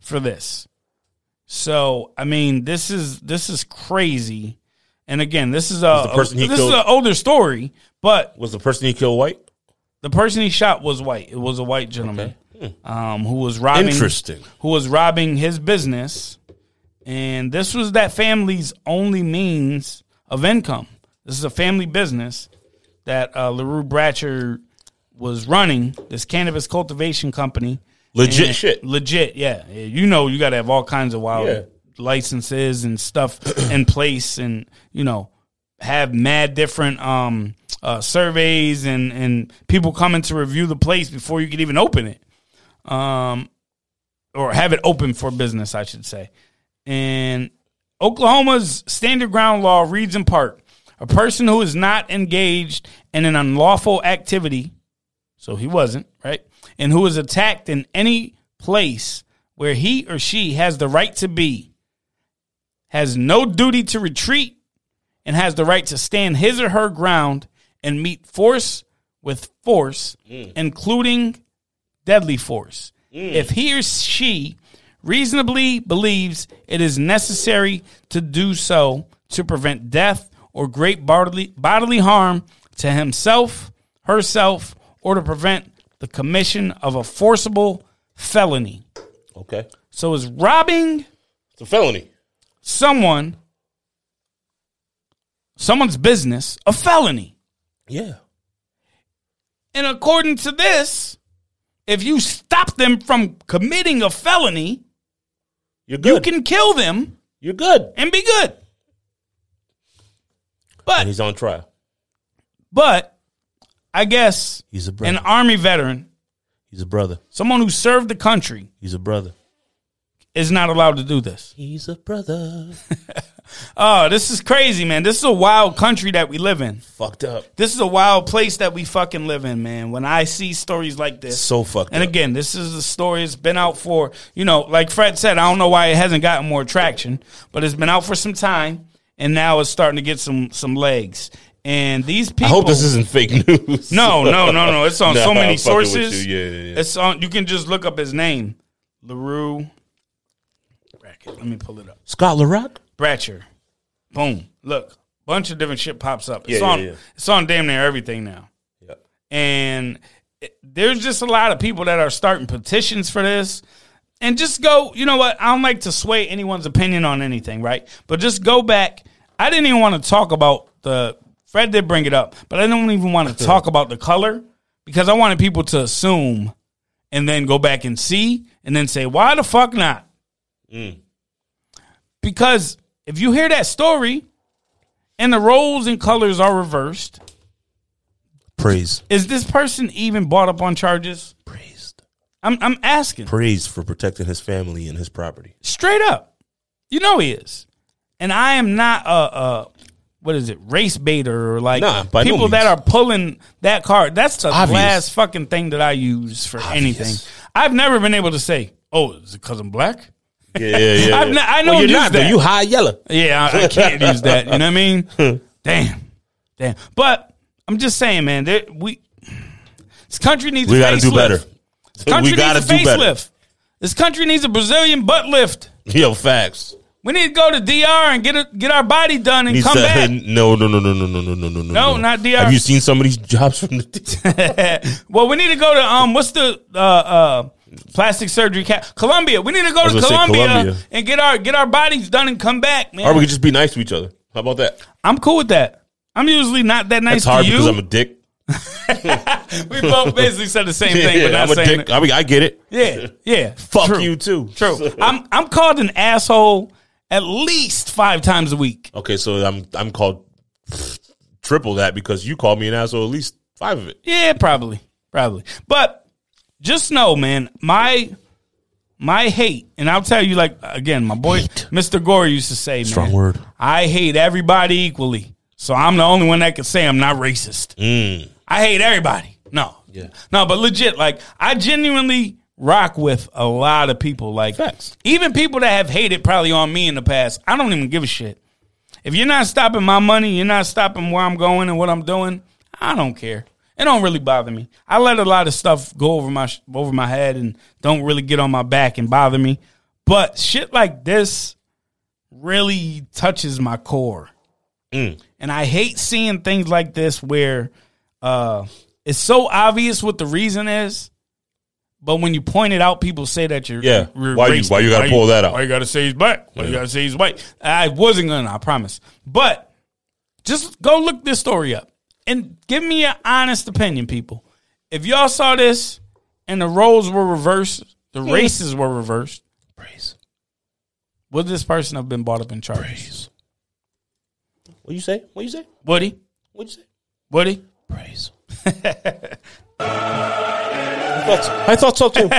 Speaker 1: for this. So I mean, this is this is crazy. And again, this is a
Speaker 2: the person he
Speaker 1: this
Speaker 2: killed-
Speaker 1: is an older story, but
Speaker 2: was the person he killed white?
Speaker 1: the person he shot was white. It was a white gentleman um, who was robbing
Speaker 2: Interesting.
Speaker 1: who was robbing his business, and this was that family's only means of income. This is a family business that uh, Larue Bratcher was running. This cannabis cultivation company,
Speaker 2: Legit
Speaker 1: And-
Speaker 2: shit.
Speaker 1: legit. Yeah, Yeah, you know, you got to have all kinds of wild
Speaker 2: Yeah.
Speaker 1: licenses and stuff in place, and you know, have mad different um, uh, surveys and and people coming to review the place before you can even open it Um, or have it open for business, I should say. And Oklahoma's standard ground law reads in part a person who is not engaged in an unlawful activity, so he wasn't, right? And who is attacked in any place where he or she has the right to be, has no duty to retreat, and has the right to stand his or her ground and meet force with force, including deadly force. If he or she reasonably believes it is necessary to do so to prevent death or great bodily, bodily harm to himself, herself or to prevent the commission of a forcible felony.
Speaker 2: Okay.
Speaker 1: So is robbing
Speaker 2: It's a felony.
Speaker 1: someone someone's business a felony.
Speaker 2: Yeah.
Speaker 1: And according to this, if you stop them from committing a felony,
Speaker 2: You're good.
Speaker 1: you can kill them
Speaker 2: You're good.
Speaker 1: and be good.
Speaker 2: And
Speaker 1: But
Speaker 2: he's on trial.
Speaker 1: but I guess
Speaker 2: He's a
Speaker 1: an
Speaker 2: brother.
Speaker 1: army veteran,
Speaker 2: he's a brother.
Speaker 1: someone who served the country,
Speaker 2: He's a brother.
Speaker 1: is not allowed to do this.
Speaker 2: He's a brother.
Speaker 1: Oh, this is crazy, man. This is a wild country that we live in.
Speaker 2: fucked up.
Speaker 1: This is a wild place that we fucking live in, man. When I see stories like this,
Speaker 2: So fucked
Speaker 1: And
Speaker 2: up.
Speaker 1: again, this is a story. It's been out for you know, like Fred said, I don't know why it hasn't gotten more traction, but it's been out for some time, and now it's starting to get some some legs. And these people,
Speaker 2: I hope this isn't fake news.
Speaker 1: no, no, no, no. It's on
Speaker 2: Nah,
Speaker 1: so many
Speaker 2: I'm fucking with
Speaker 1: sources.
Speaker 2: you. Yeah, yeah, yeah.
Speaker 1: It's on. You can just look up his name, Larue. Bracket. Let me pull it up.
Speaker 2: Scott LaRock?
Speaker 1: Bratcher. Boom. Look, bunch of different shit pops up. It's
Speaker 2: Yeah, yeah,
Speaker 1: on.
Speaker 2: yeah.
Speaker 1: It's on damn near everything now.
Speaker 2: Yeah.
Speaker 1: And it- there's just a lot of people that are starting petitions for this. And just go. You know what? I don't like to sway anyone's opinion on anything, right? But just go back. I didn't even want to talk about the. Fred did bring it up, but I don't even want to talk about the color because I wanted people to assume and then go back and see and then say, why the fuck not? because if you hear that story and the roles and colors are reversed,
Speaker 2: Praised.
Speaker 1: is this person even brought up on charges?
Speaker 2: Praised.
Speaker 1: I'm I'm asking
Speaker 2: Praised for protecting his family and his property.
Speaker 1: straight up. You know he is, and I am not a, a what is it race baiter or like
Speaker 2: Nah, by no
Speaker 1: people
Speaker 2: means.
Speaker 1: that are pulling that card. That's the
Speaker 2: Obvious.
Speaker 1: last fucking thing that I use for
Speaker 2: Obvious.
Speaker 1: anything. I've never been able to say, "Oh, is it because I'm black?"
Speaker 2: Yeah, yeah, yeah.
Speaker 1: I've
Speaker 2: yeah.
Speaker 1: not- I
Speaker 2: well,
Speaker 1: don't
Speaker 2: you're
Speaker 1: use
Speaker 2: not, though.
Speaker 1: that.
Speaker 2: You high yellow.
Speaker 1: Yeah, I, I can't use that. You know what I mean? Damn, damn. But I'm just saying, man. There, we this country needs.
Speaker 2: We
Speaker 1: a
Speaker 2: got to
Speaker 1: facelift.
Speaker 2: do better.
Speaker 1: This country
Speaker 2: we gotta
Speaker 1: needs a
Speaker 2: do better.
Speaker 1: facelift. This country needs a Brazilian butt lift.
Speaker 2: Yo, facts.
Speaker 1: We need to go to DR and get a, get our body done and
Speaker 2: Needs
Speaker 1: come
Speaker 2: to-
Speaker 1: back.
Speaker 2: No, no, no, no, no, no, no, no, no.
Speaker 1: No, not DR.
Speaker 2: Have you seen some of these jobs from the?
Speaker 1: well, we need to go to um, what's the uh, uh, plastic surgery? Ca- Colombia. We need to go
Speaker 2: was
Speaker 1: to
Speaker 2: gonna say
Speaker 1: Colombia,
Speaker 2: Colombia.
Speaker 1: and get our get our bodies done and come back, man.
Speaker 2: or we could just be nice to each other. How about that?
Speaker 1: I'm cool with that. I'm usually not that nice
Speaker 2: It's hard
Speaker 1: to you.
Speaker 2: because I'm a dick.
Speaker 1: we both basically said the same thing,
Speaker 2: Yeah,
Speaker 1: but not
Speaker 2: I'm a
Speaker 1: saying
Speaker 2: dick.
Speaker 1: it.
Speaker 2: I mean, I get it.
Speaker 1: Yeah, yeah.
Speaker 2: Fuck
Speaker 1: True.
Speaker 2: you too.
Speaker 1: True. I'm I'm called an asshole at least five times a week.
Speaker 2: Okay, so I'm I'm called triple that because you called me an asshole at least five of it.
Speaker 1: Yeah, probably, probably. But just know, man, my my hate, and I'll tell you, like again, my boy, Mr. Gore used to say, man,
Speaker 2: Strong word.
Speaker 1: I hate everybody equally, so I'm the only one that can say I'm not racist. I hate everybody. No, yeah, no, but legit, like I genuinely rock with a lot of people. Like
Speaker 2: Facts.
Speaker 1: even people that have hated probably on me in the past. I don't even give a shit. If you're not stopping my money, you're not stopping where I'm going and what I'm doing. I don't care. It don't really bother me. I let a lot of stuff go over my sh- over my head and don't really get on my back and bother me. But shit like this really touches my core, and I hate seeing things like this where uh, it's so obvious what the reason is. But when you point it out, people say that you're
Speaker 2: Yeah.
Speaker 1: you're
Speaker 2: Why you-
Speaker 1: racist.
Speaker 2: why you gotta pull that out?
Speaker 1: Why you gotta say he's black? Why you gotta say he's white? I wasn't gonna. I promise. But just go look this story up and give me an honest opinion, people. If y'all saw this and the roles were reversed, the races were reversed,
Speaker 2: Praise.
Speaker 1: would this person have been brought up in charges?
Speaker 2: What you say? What you say?
Speaker 1: Would he?
Speaker 2: What you say?
Speaker 1: Would he?
Speaker 2: Praise. I thought so- I thought so too.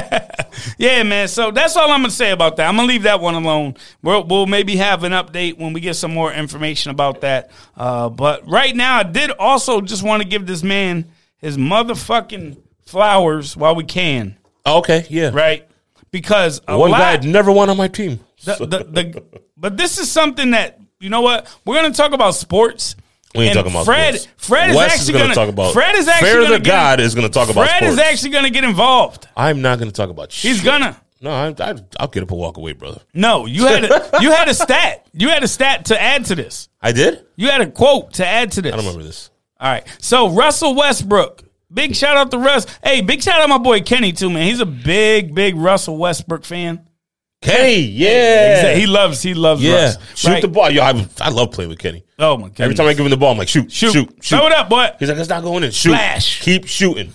Speaker 1: Yeah, man. So that's all I'm gonna say about that. I'm gonna leave that one alone. We'll, we'll maybe have an update when we get some more information about that. Uh, but right now, I did also just want to give this man his motherfucking flowers while we can,
Speaker 2: Oh, okay, yeah.
Speaker 1: right? Because a
Speaker 2: One
Speaker 1: lot,
Speaker 2: guy I'd never want on my team.
Speaker 1: the, the, the, but this is something that you know what we're gonna talk about sports.
Speaker 2: We
Speaker 1: And
Speaker 2: ain't talking about
Speaker 1: Fred.
Speaker 2: sports.
Speaker 1: Fred is
Speaker 2: Wes
Speaker 1: actually
Speaker 2: gonna
Speaker 1: gonna
Speaker 2: talk about.
Speaker 1: Fred is actually
Speaker 2: Fair
Speaker 1: gonna
Speaker 2: to
Speaker 1: get-
Speaker 2: God is going to talk about.
Speaker 1: Fred
Speaker 2: sports.
Speaker 1: is actually gonna get involved.
Speaker 2: I'm not going to talk about.
Speaker 1: He's
Speaker 2: shit.
Speaker 1: gonna.
Speaker 2: No, I, I, I'll get up and walk away, brother.
Speaker 1: No, you had a, you had a stat. You had a stat to add to this.
Speaker 2: I did.
Speaker 1: You had a quote to add to this.
Speaker 2: I don't remember this.
Speaker 1: All right. So Russell Westbrook Big shout out to Russ. Hey, big shout out my boy Kenny too, man. He's a big, big Russell Westbrook fan.
Speaker 2: Kenny, yeah.
Speaker 1: He loves, he loves
Speaker 2: Yeah.
Speaker 1: Russ.
Speaker 2: Shoot
Speaker 1: Right?
Speaker 2: the ball. Yo, I, I love playing with Kenny.
Speaker 1: Oh my god.
Speaker 2: Every time I give him the ball, I'm like, shoot, shoot, shoot.
Speaker 1: Throw it up, boy.
Speaker 2: He's like, it's not going in. Shoot.
Speaker 1: Flash.
Speaker 2: Keep shooting.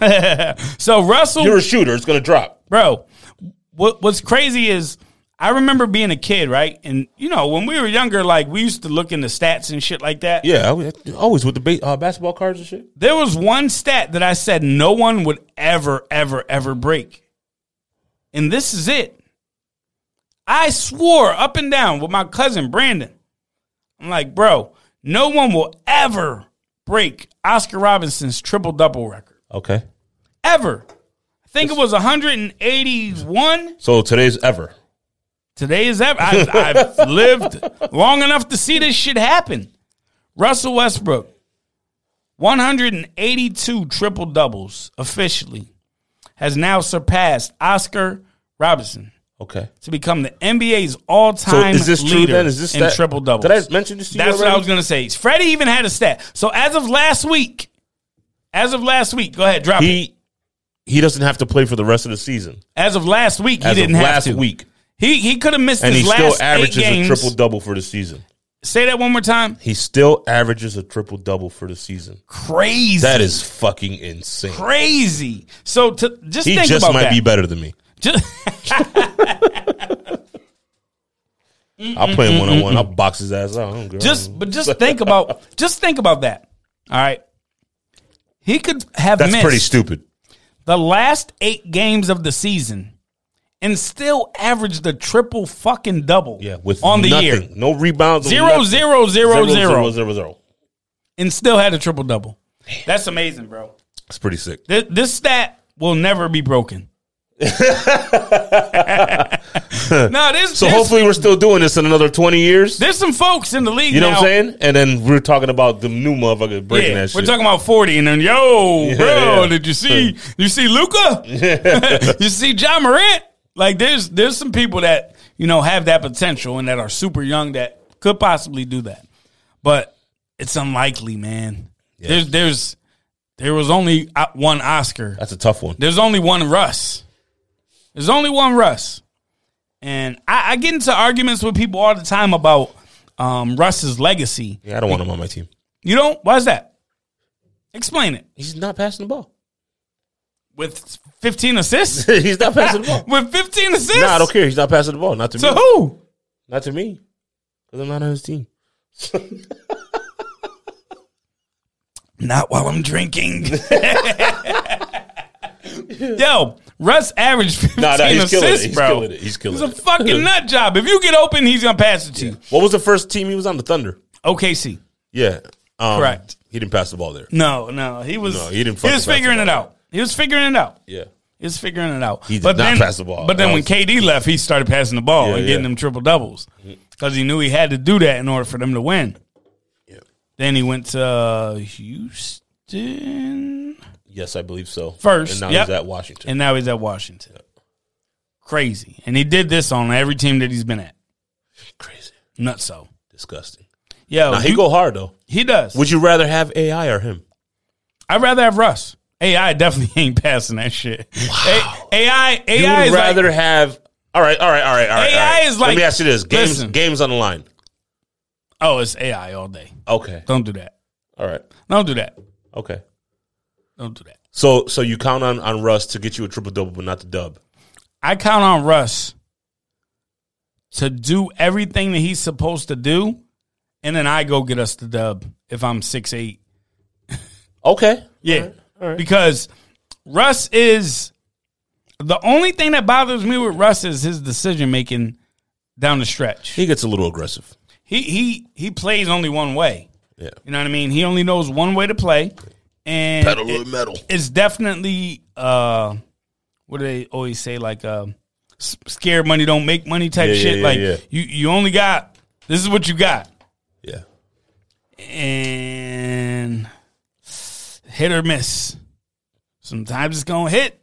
Speaker 1: So Russell,
Speaker 2: You're a shooter. It's going to drop.
Speaker 1: bro. What what's crazy is I remember being a kid, right? And you know, when we were younger, like we used to look into stats and shit like that.
Speaker 2: Yeah, I was- always with the ba- uh, basketball cards and shit.
Speaker 1: There was one stat that I said no one would ever, ever, ever break. And this is it. I swore up and down with my cousin Brandon. I'm like, bro, no one will ever break Oscar Robinson's triple double record.
Speaker 2: Okay.
Speaker 1: Ever. I think it was 181.
Speaker 2: So today's ever.
Speaker 1: Today is ever. I, I've lived long enough to see this shit happen. Russell Westbrook, 182 triple doubles officially, has now surpassed Oscar Robinson
Speaker 2: Okay.
Speaker 1: to become the NBA's all
Speaker 2: So
Speaker 1: time
Speaker 2: is this true
Speaker 1: leader
Speaker 2: then? Is this
Speaker 1: in
Speaker 2: that-
Speaker 1: triple doubles.
Speaker 2: Did I mention this to you
Speaker 1: That's what I
Speaker 2: already?
Speaker 1: was going to say. Freddie even had a stat. So as of last week, as of last week, go ahead, drop it.
Speaker 2: He he doesn't have to play for the rest of the season.
Speaker 1: As of last week, he
Speaker 2: As
Speaker 1: didn't
Speaker 2: of
Speaker 1: have
Speaker 2: last
Speaker 1: to.
Speaker 2: week.
Speaker 1: He he could have missed
Speaker 2: And
Speaker 1: his
Speaker 2: he
Speaker 1: last
Speaker 2: still averages
Speaker 1: eight
Speaker 2: a
Speaker 1: games.
Speaker 2: triple double for the season.
Speaker 1: Say that one more time.
Speaker 2: He still averages a triple double for the season.
Speaker 1: crazy.
Speaker 2: That is fucking insane.
Speaker 1: crazy. So to just
Speaker 2: He
Speaker 1: think
Speaker 2: just
Speaker 1: about
Speaker 2: might
Speaker 1: that.
Speaker 2: be better than me.
Speaker 1: Just-
Speaker 2: I'll play him one on one. I'll box his ass out. I don't care.
Speaker 1: just but just think about just think about that. All right. He could have
Speaker 2: that's
Speaker 1: missed
Speaker 2: pretty stupid.
Speaker 1: the last 8 games of the season and still averaged the triple fucking double
Speaker 2: Yeah, with
Speaker 1: on the
Speaker 2: nothing.
Speaker 1: year.
Speaker 2: no rebounds,
Speaker 1: Zero,
Speaker 2: nothing.
Speaker 1: zero, zero, zero.
Speaker 2: zero, zero, zero.
Speaker 1: And still had a triple double. That's amazing, bro.
Speaker 2: It's pretty sick.
Speaker 1: Th- this stat will never be broken. no, there's,
Speaker 2: So
Speaker 1: there's-
Speaker 2: hopefully we're still doing this in another twenty years.
Speaker 1: there's some folks in the league.
Speaker 2: You know
Speaker 1: now,
Speaker 2: what I'm saying? And then we're talking about the new motherfucker breaking
Speaker 1: Yeah,
Speaker 2: that shit.
Speaker 1: we're talking about forty, and then yo, bro,
Speaker 2: yeah.
Speaker 1: did you see? You see Luca? you see John Morant? Like, there's there's some people that you know have that potential and that are super young that could possibly do that, but it's unlikely, man. There's there's there was only uh, one Oscar.
Speaker 2: That's a tough one.
Speaker 1: There's only one Russ. There's only one Russ. And I, I get into arguments with people all the time about um, Russ's legacy.
Speaker 2: Yeah, I don't want him on my team.
Speaker 1: You don't? Why's that? Explain it.
Speaker 2: He's not passing the ball.
Speaker 1: With 15 assists?
Speaker 2: He's not passing the ball.
Speaker 1: With 15 assists?
Speaker 2: Nah, I don't care. He's not passing the ball. Not to
Speaker 1: To
Speaker 2: me.
Speaker 1: who?
Speaker 2: Not to me. Because I'm not on his team.
Speaker 1: Not while I'm drinking. Yo, Russ averaged 15
Speaker 2: Nah, nah, he's
Speaker 1: assists,
Speaker 2: killing it. He's
Speaker 1: bro.
Speaker 2: killing it. He's killing
Speaker 1: He's a
Speaker 2: it.
Speaker 1: fucking nut job. If you get open, he's gonna pass it to you.
Speaker 2: What was the first team he was on? The Thunder.
Speaker 1: OKC.
Speaker 2: Yeah. Um,
Speaker 1: Correct.
Speaker 2: He didn't pass the ball there.
Speaker 1: No, no, he was.
Speaker 2: No,
Speaker 1: he
Speaker 2: he
Speaker 1: didn't.
Speaker 2: didn't
Speaker 1: He was
Speaker 2: fucking
Speaker 1: figuring
Speaker 2: pass
Speaker 1: it
Speaker 2: the ball.
Speaker 1: out. He was figuring it out.
Speaker 2: Yeah.
Speaker 1: He was figuring it out.
Speaker 2: He did not
Speaker 1: then,
Speaker 2: pass the ball.
Speaker 1: But then
Speaker 2: That
Speaker 1: when
Speaker 2: was-
Speaker 1: KD left, he started passing the ball
Speaker 2: Yeah,
Speaker 1: and getting
Speaker 2: yeah. Mm-hmm.
Speaker 1: them triple doubles because he knew he had to do that in order for them to win.
Speaker 2: Yeah.
Speaker 1: Then he went to uh, Houston,
Speaker 2: Yes, I believe so.
Speaker 1: First,
Speaker 2: And now
Speaker 1: yep.
Speaker 2: he's at Washington.
Speaker 1: and now he's at Washington. Crazy, and he did this on every team that he's been at.
Speaker 2: Crazy.
Speaker 1: Nutso.
Speaker 2: Disgusting.
Speaker 1: Yo,
Speaker 2: Now, he
Speaker 1: Oh, you-
Speaker 2: go hard, though.
Speaker 1: he does.
Speaker 2: Would you rather have AI or him?
Speaker 1: I'd rather have Russ. AI definitely ain't passing that shit. A- AI,
Speaker 2: You
Speaker 1: AI
Speaker 2: would
Speaker 1: is like-
Speaker 2: rather have. All right, all right, all right, all right.
Speaker 1: AI
Speaker 2: all right.
Speaker 1: is like-
Speaker 2: Let me ask you this: games,
Speaker 1: Listen.
Speaker 2: games on the line.
Speaker 1: Oh, it's AI all day.
Speaker 2: Okay.
Speaker 1: Don't do that.
Speaker 2: All right.
Speaker 1: Don't do that.
Speaker 2: Okay.
Speaker 1: Don't do that.
Speaker 2: So, so you count on on Russ to get you a triple double, but not the dub.
Speaker 1: I count on Russ to do everything that he's supposed to do, and then I go get us the dub if I'm six eight.
Speaker 2: Okay.
Speaker 1: Yeah. Because Russ is the only thing that bothers me with Russ is his decision making down the stretch.
Speaker 2: He gets a little aggressive.
Speaker 1: He he he plays only one way.
Speaker 2: Yeah.
Speaker 1: You know what I mean? He only knows one way to play, and
Speaker 2: Pedal to
Speaker 1: it-
Speaker 2: the metal.
Speaker 1: It's definitely uh, what do they always say? Like uh, s- scared money don't make money type
Speaker 2: Yeah, yeah,
Speaker 1: shit.
Speaker 2: yeah,
Speaker 1: like
Speaker 2: yeah.
Speaker 1: you you only got this is what you got,
Speaker 2: Yeah.
Speaker 1: and hit or miss. Sometimes it's gonna hit.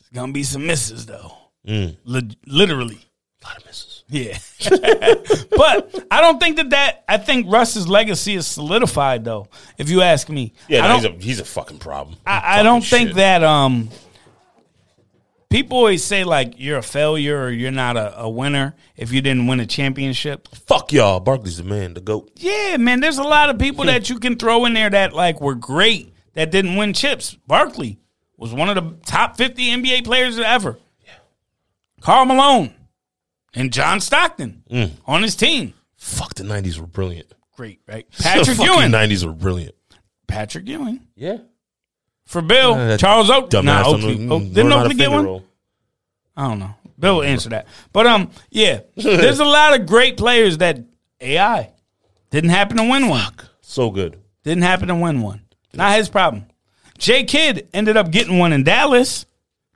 Speaker 1: It's gonna be some misses though. Lit- literally,
Speaker 2: Mm. A lot of misses.
Speaker 1: Yeah. but I don't think that that I think Russ's legacy is solidified though, if you ask me.
Speaker 2: Yeah,
Speaker 1: I
Speaker 2: no,
Speaker 1: don't
Speaker 2: he's a he's a fucking problem.
Speaker 1: I, I
Speaker 2: Fucking
Speaker 1: don't think
Speaker 2: shit.
Speaker 1: that um people always say like you're a failure or you're not a, a winner if you didn't win a championship.
Speaker 2: Fuck y'all. Barkley's the man, the goat.
Speaker 1: Yeah, man, there's a lot of
Speaker 2: Hmm.
Speaker 1: people that you can throw in there that like were great that didn't win chips. Barkley was one of the top 50 NBA players ever. Carl Malone and John Stockton
Speaker 2: Hmm.
Speaker 1: on his team.
Speaker 2: Fuck the nineties were brilliant.
Speaker 1: Great, right? Patrick
Speaker 2: the
Speaker 1: Ewing.
Speaker 2: nineties were brilliant.
Speaker 1: Patrick Ewing.
Speaker 2: Yeah.
Speaker 1: For Bill,
Speaker 2: Uh, that
Speaker 1: Oh, Charles Oakley.
Speaker 2: Dumbass.
Speaker 1: Nah,
Speaker 2: don't
Speaker 1: Oakley.
Speaker 2: know-
Speaker 1: Oak-
Speaker 2: learn
Speaker 1: didn't
Speaker 2: how to
Speaker 1: Oakley get
Speaker 2: finger
Speaker 1: one?
Speaker 2: roll.
Speaker 1: I don't know. Bill will answer that. But um, yeah, there's a lot of great players that AI didn't happen to win one.
Speaker 2: So good.
Speaker 1: Didn't happen to win one. Not his problem. Jay Kidd ended up getting one in Dallas,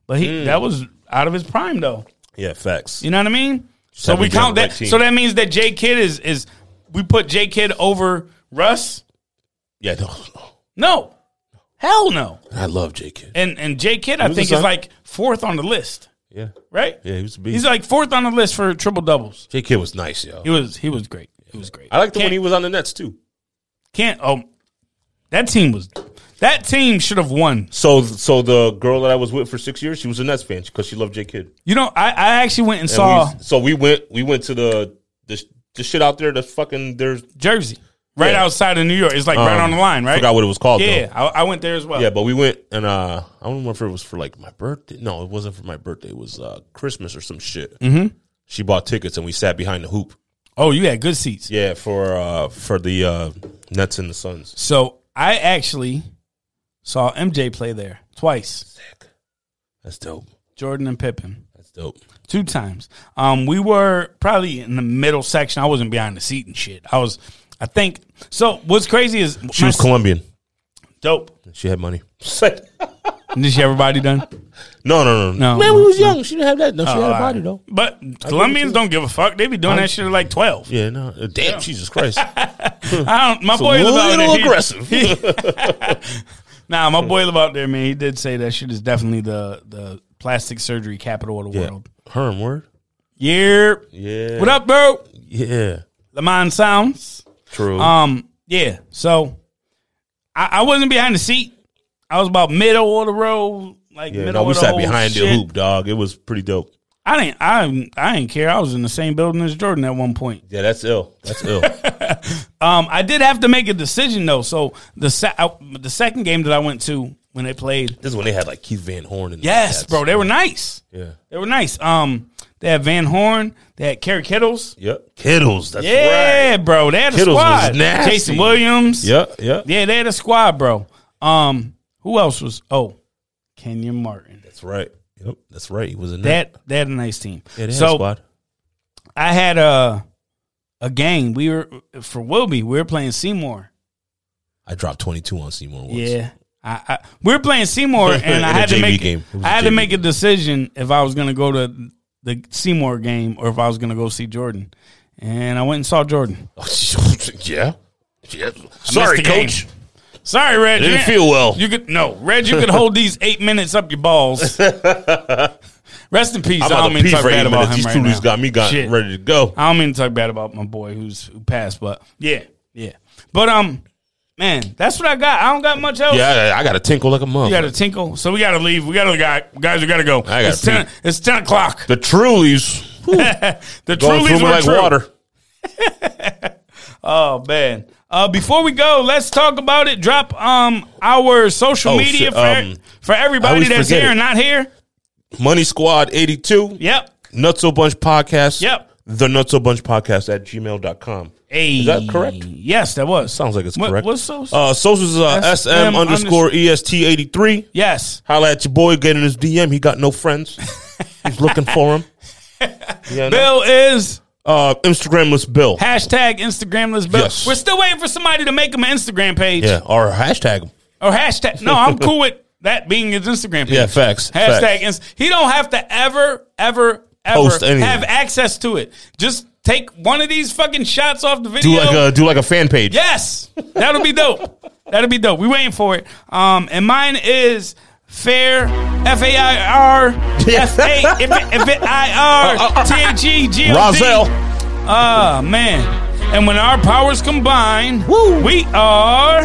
Speaker 1: but he
Speaker 2: Mm.
Speaker 1: that was out of his prime though.
Speaker 2: Yeah, facts.
Speaker 1: You know what I mean? So
Speaker 2: happy
Speaker 1: we
Speaker 2: to be on
Speaker 1: count
Speaker 2: the
Speaker 1: that.
Speaker 2: right team.
Speaker 1: so that means that Jay Kidd is is we put Jay Kidd over Russ?
Speaker 2: Yeah, no, no.
Speaker 1: No, hell no.
Speaker 2: I love J Kid.
Speaker 1: And and Jay Kidd I
Speaker 2: was a
Speaker 1: think is
Speaker 2: son.
Speaker 1: like fourth on the list,
Speaker 2: Yeah.
Speaker 1: right?
Speaker 2: Yeah, he was a
Speaker 1: He's
Speaker 2: beast.
Speaker 1: like fourth on the list for triple doubles.
Speaker 2: J Kid was nice, yo.
Speaker 1: He was he was great. He was great.
Speaker 2: I like the
Speaker 1: Can't-
Speaker 2: when he was on the Nets too.
Speaker 1: Can't oh that team was that team should have won.
Speaker 2: So so the girl that I was with for six years, she was a Nets fan because she loved J Kid.
Speaker 1: You know, I, I actually went and
Speaker 2: And
Speaker 1: saw
Speaker 2: we- so we went we went to the the, the shit out there that's fucking there's
Speaker 1: Jersey right
Speaker 2: Yeah.
Speaker 1: outside of New York. It's like right
Speaker 2: um,
Speaker 1: on the line, right?
Speaker 2: Forgot what it was called.
Speaker 1: yeah,
Speaker 2: though.
Speaker 1: I, I went there as well.
Speaker 2: yeah, but we went and uh I don't remember if it was for like my birthday. No, it wasn't for my birthday. It was uh Christmas or some shit. Mm-hmm. She bought tickets and we sat behind the hoop.
Speaker 1: Oh, you had good seats.
Speaker 2: Yeah, for uh for the uh Nets and the Suns.
Speaker 1: So I actually saw MJ play there twice.
Speaker 2: That's dope.
Speaker 1: Jordan and Pippen.
Speaker 2: That's dope.
Speaker 1: Two times. Um, we were probably in the middle section. I wasn't behind the seat and shit. I was I think so what's crazy is
Speaker 2: She was Colombian.
Speaker 1: dope.
Speaker 2: She had money. no,
Speaker 1: Did she everybody done?
Speaker 2: no, no,
Speaker 1: No. Oh,
Speaker 2: Man, we was young. She didn't have that. No, she had a
Speaker 1: all
Speaker 2: body
Speaker 1: right.
Speaker 2: though.
Speaker 1: But Colombians don't give a fuck. They be doing that shit at like twelve.
Speaker 2: Yeah, no. uh, Damn, Jesus Christ.
Speaker 1: I don't. My
Speaker 2: It's a
Speaker 1: boy live out
Speaker 2: little
Speaker 1: there. He-
Speaker 2: aggressive.
Speaker 1: nah, my boy live out there, man. He did say that shit is definitely the the plastic surgery capital of the
Speaker 2: yeah.
Speaker 1: world.
Speaker 2: Herm word.
Speaker 1: Yeah.
Speaker 2: Yeah.
Speaker 1: What up, bro?
Speaker 2: Yeah.
Speaker 1: Lamont sounds.
Speaker 2: True.
Speaker 1: Um. Yeah. So, I, I wasn't behind the seat. I was about middle of the road. Like
Speaker 2: yeah,
Speaker 1: middle
Speaker 2: no, we
Speaker 1: of the
Speaker 2: sat
Speaker 1: whole
Speaker 2: behind
Speaker 1: shit.
Speaker 2: the hoop, dog. It was pretty dope.
Speaker 1: I didn't. I I didn't care. I was in the same building as Jordan at one point.
Speaker 2: Yeah, that's ill. That's ill.
Speaker 1: Um, I did have to make a decision though. So the se- I, the second game that I went to when they played,
Speaker 2: this is when they had like Keith Van Horn. And
Speaker 1: yes, bro, they were nice.
Speaker 2: Yeah.
Speaker 1: They were nice. Um, they had Van Horn. They had Kerry Kittles.
Speaker 2: Yep. Kittles. That's
Speaker 1: Yeah,
Speaker 2: right.
Speaker 1: bro, they had a
Speaker 2: Kittles
Speaker 1: squad.
Speaker 2: was nasty.
Speaker 1: Jason Williams.
Speaker 2: Yep. Yep.
Speaker 1: Yeah, they had a squad, bro. Um, who else was? Oh, Kenyon Martin.
Speaker 2: That's right. Yep. That's right. He was in there.
Speaker 1: That they had a nice team.
Speaker 2: Yeah, they had a
Speaker 1: so
Speaker 2: squad.
Speaker 1: I had a a game. We were for Wilby. We were playing Seymour.
Speaker 2: I dropped 22 on Seymour once.
Speaker 1: Yeah. I, I, we were playing Seymour, and
Speaker 2: In
Speaker 1: I
Speaker 2: a
Speaker 1: had to
Speaker 2: JV
Speaker 1: make
Speaker 2: game. It was
Speaker 1: I
Speaker 2: a
Speaker 1: had to
Speaker 2: JV
Speaker 1: make a decision if I was going to go to the Seymour game or if I was going to go see Jordan. And I went and saw Jordan.
Speaker 2: yeah. yeah. Sorry,
Speaker 1: the game.
Speaker 2: coach.
Speaker 1: Sorry, Reg.
Speaker 2: Didn't
Speaker 1: you-
Speaker 2: feel well.
Speaker 1: You could no, Reg. You could hold these eight minutes up your balls. Rest in peace.
Speaker 2: I'm
Speaker 1: I don't
Speaker 2: about to
Speaker 1: mean to
Speaker 2: pee
Speaker 1: talk
Speaker 2: for
Speaker 1: bad
Speaker 2: eight
Speaker 1: about him
Speaker 2: minutes. These
Speaker 1: right
Speaker 2: two
Speaker 1: now.
Speaker 2: dudes got me got
Speaker 1: Shit.
Speaker 2: ready to go.
Speaker 1: I don't mean to talk bad about my boy who's who passed, but yeah, yeah. But um, man, that's what I got. I don't got much else.
Speaker 2: Yeah, I, I got a tinkle like a mother.
Speaker 1: You got to tinkle, so we got to leave. We got to guy, guys. We got to go.
Speaker 2: I gotta
Speaker 1: it's ten.
Speaker 2: pee.
Speaker 1: It's ten o'clock.
Speaker 2: the Trulies
Speaker 1: the
Speaker 2: going through
Speaker 1: Trulies
Speaker 2: me
Speaker 1: were
Speaker 2: like
Speaker 1: true.
Speaker 2: water.
Speaker 1: Oh man. Uh, before we go, let's talk about it. Drop um our social
Speaker 2: Oh,
Speaker 1: media
Speaker 2: shit,
Speaker 1: for,
Speaker 2: um,
Speaker 1: for
Speaker 2: I
Speaker 1: everybody
Speaker 2: always
Speaker 1: that's
Speaker 2: forget
Speaker 1: here
Speaker 2: it.
Speaker 1: and not here.
Speaker 2: Money Squad 82.
Speaker 1: Yep.
Speaker 2: Nutso Bunch Podcast.
Speaker 1: Yep.
Speaker 2: The Nutso Bunch Podcast at gmail.com.
Speaker 1: Hey,
Speaker 2: Is that correct?
Speaker 1: Yes, that was.
Speaker 2: Sounds like it's
Speaker 1: What-
Speaker 2: correct.
Speaker 1: What's so?
Speaker 2: Uh, socials is uh,
Speaker 1: SM
Speaker 2: SM, underscore E EST 83.
Speaker 1: yes.
Speaker 2: Holla at your boy, get in his DM. He got no friends. He's looking for him. Yeah, no.
Speaker 1: Bill is
Speaker 2: Uh, Instagramless Bill.
Speaker 1: hashtag Instagramless Bill.
Speaker 2: Yes.
Speaker 1: We're still waiting for somebody to make him an Instagram page
Speaker 2: Yeah, or hashtag him.
Speaker 1: or hashtag. No, I'm cool with that being his Instagram page.
Speaker 2: Yeah, facts.
Speaker 1: Hashtag.
Speaker 2: Facts.
Speaker 1: Ins- he don't have to ever, ever, ever
Speaker 2: Post anything.
Speaker 1: have access to it. Just take one of these fucking shots off the video.
Speaker 2: Do like a do like a fan page.
Speaker 1: Yes, that'll be dope. that'll be dope. We waiting for it. Um, and mine is fair f a i r S A F I R T H E G O D.
Speaker 2: Roselle.
Speaker 1: Ah, man. And when our powers combine, we are.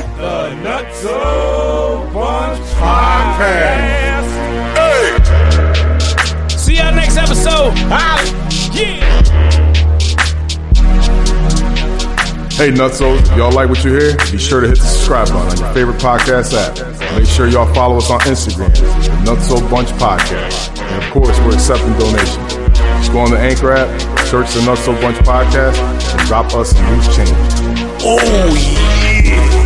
Speaker 1: See y'all next episode. Yeah.
Speaker 3: Hey, Nutsos, y'all like what you hear? Be sure to hit the subscribe button on your favorite podcast app. Make sure y'all follow us on Instagram, the Nutso Bunch Podcast. And of course, we're accepting donations. Just go on the Anchor app, search the Nutso Bunch Podcast, and drop us a loose change.
Speaker 2: Oh, yeah.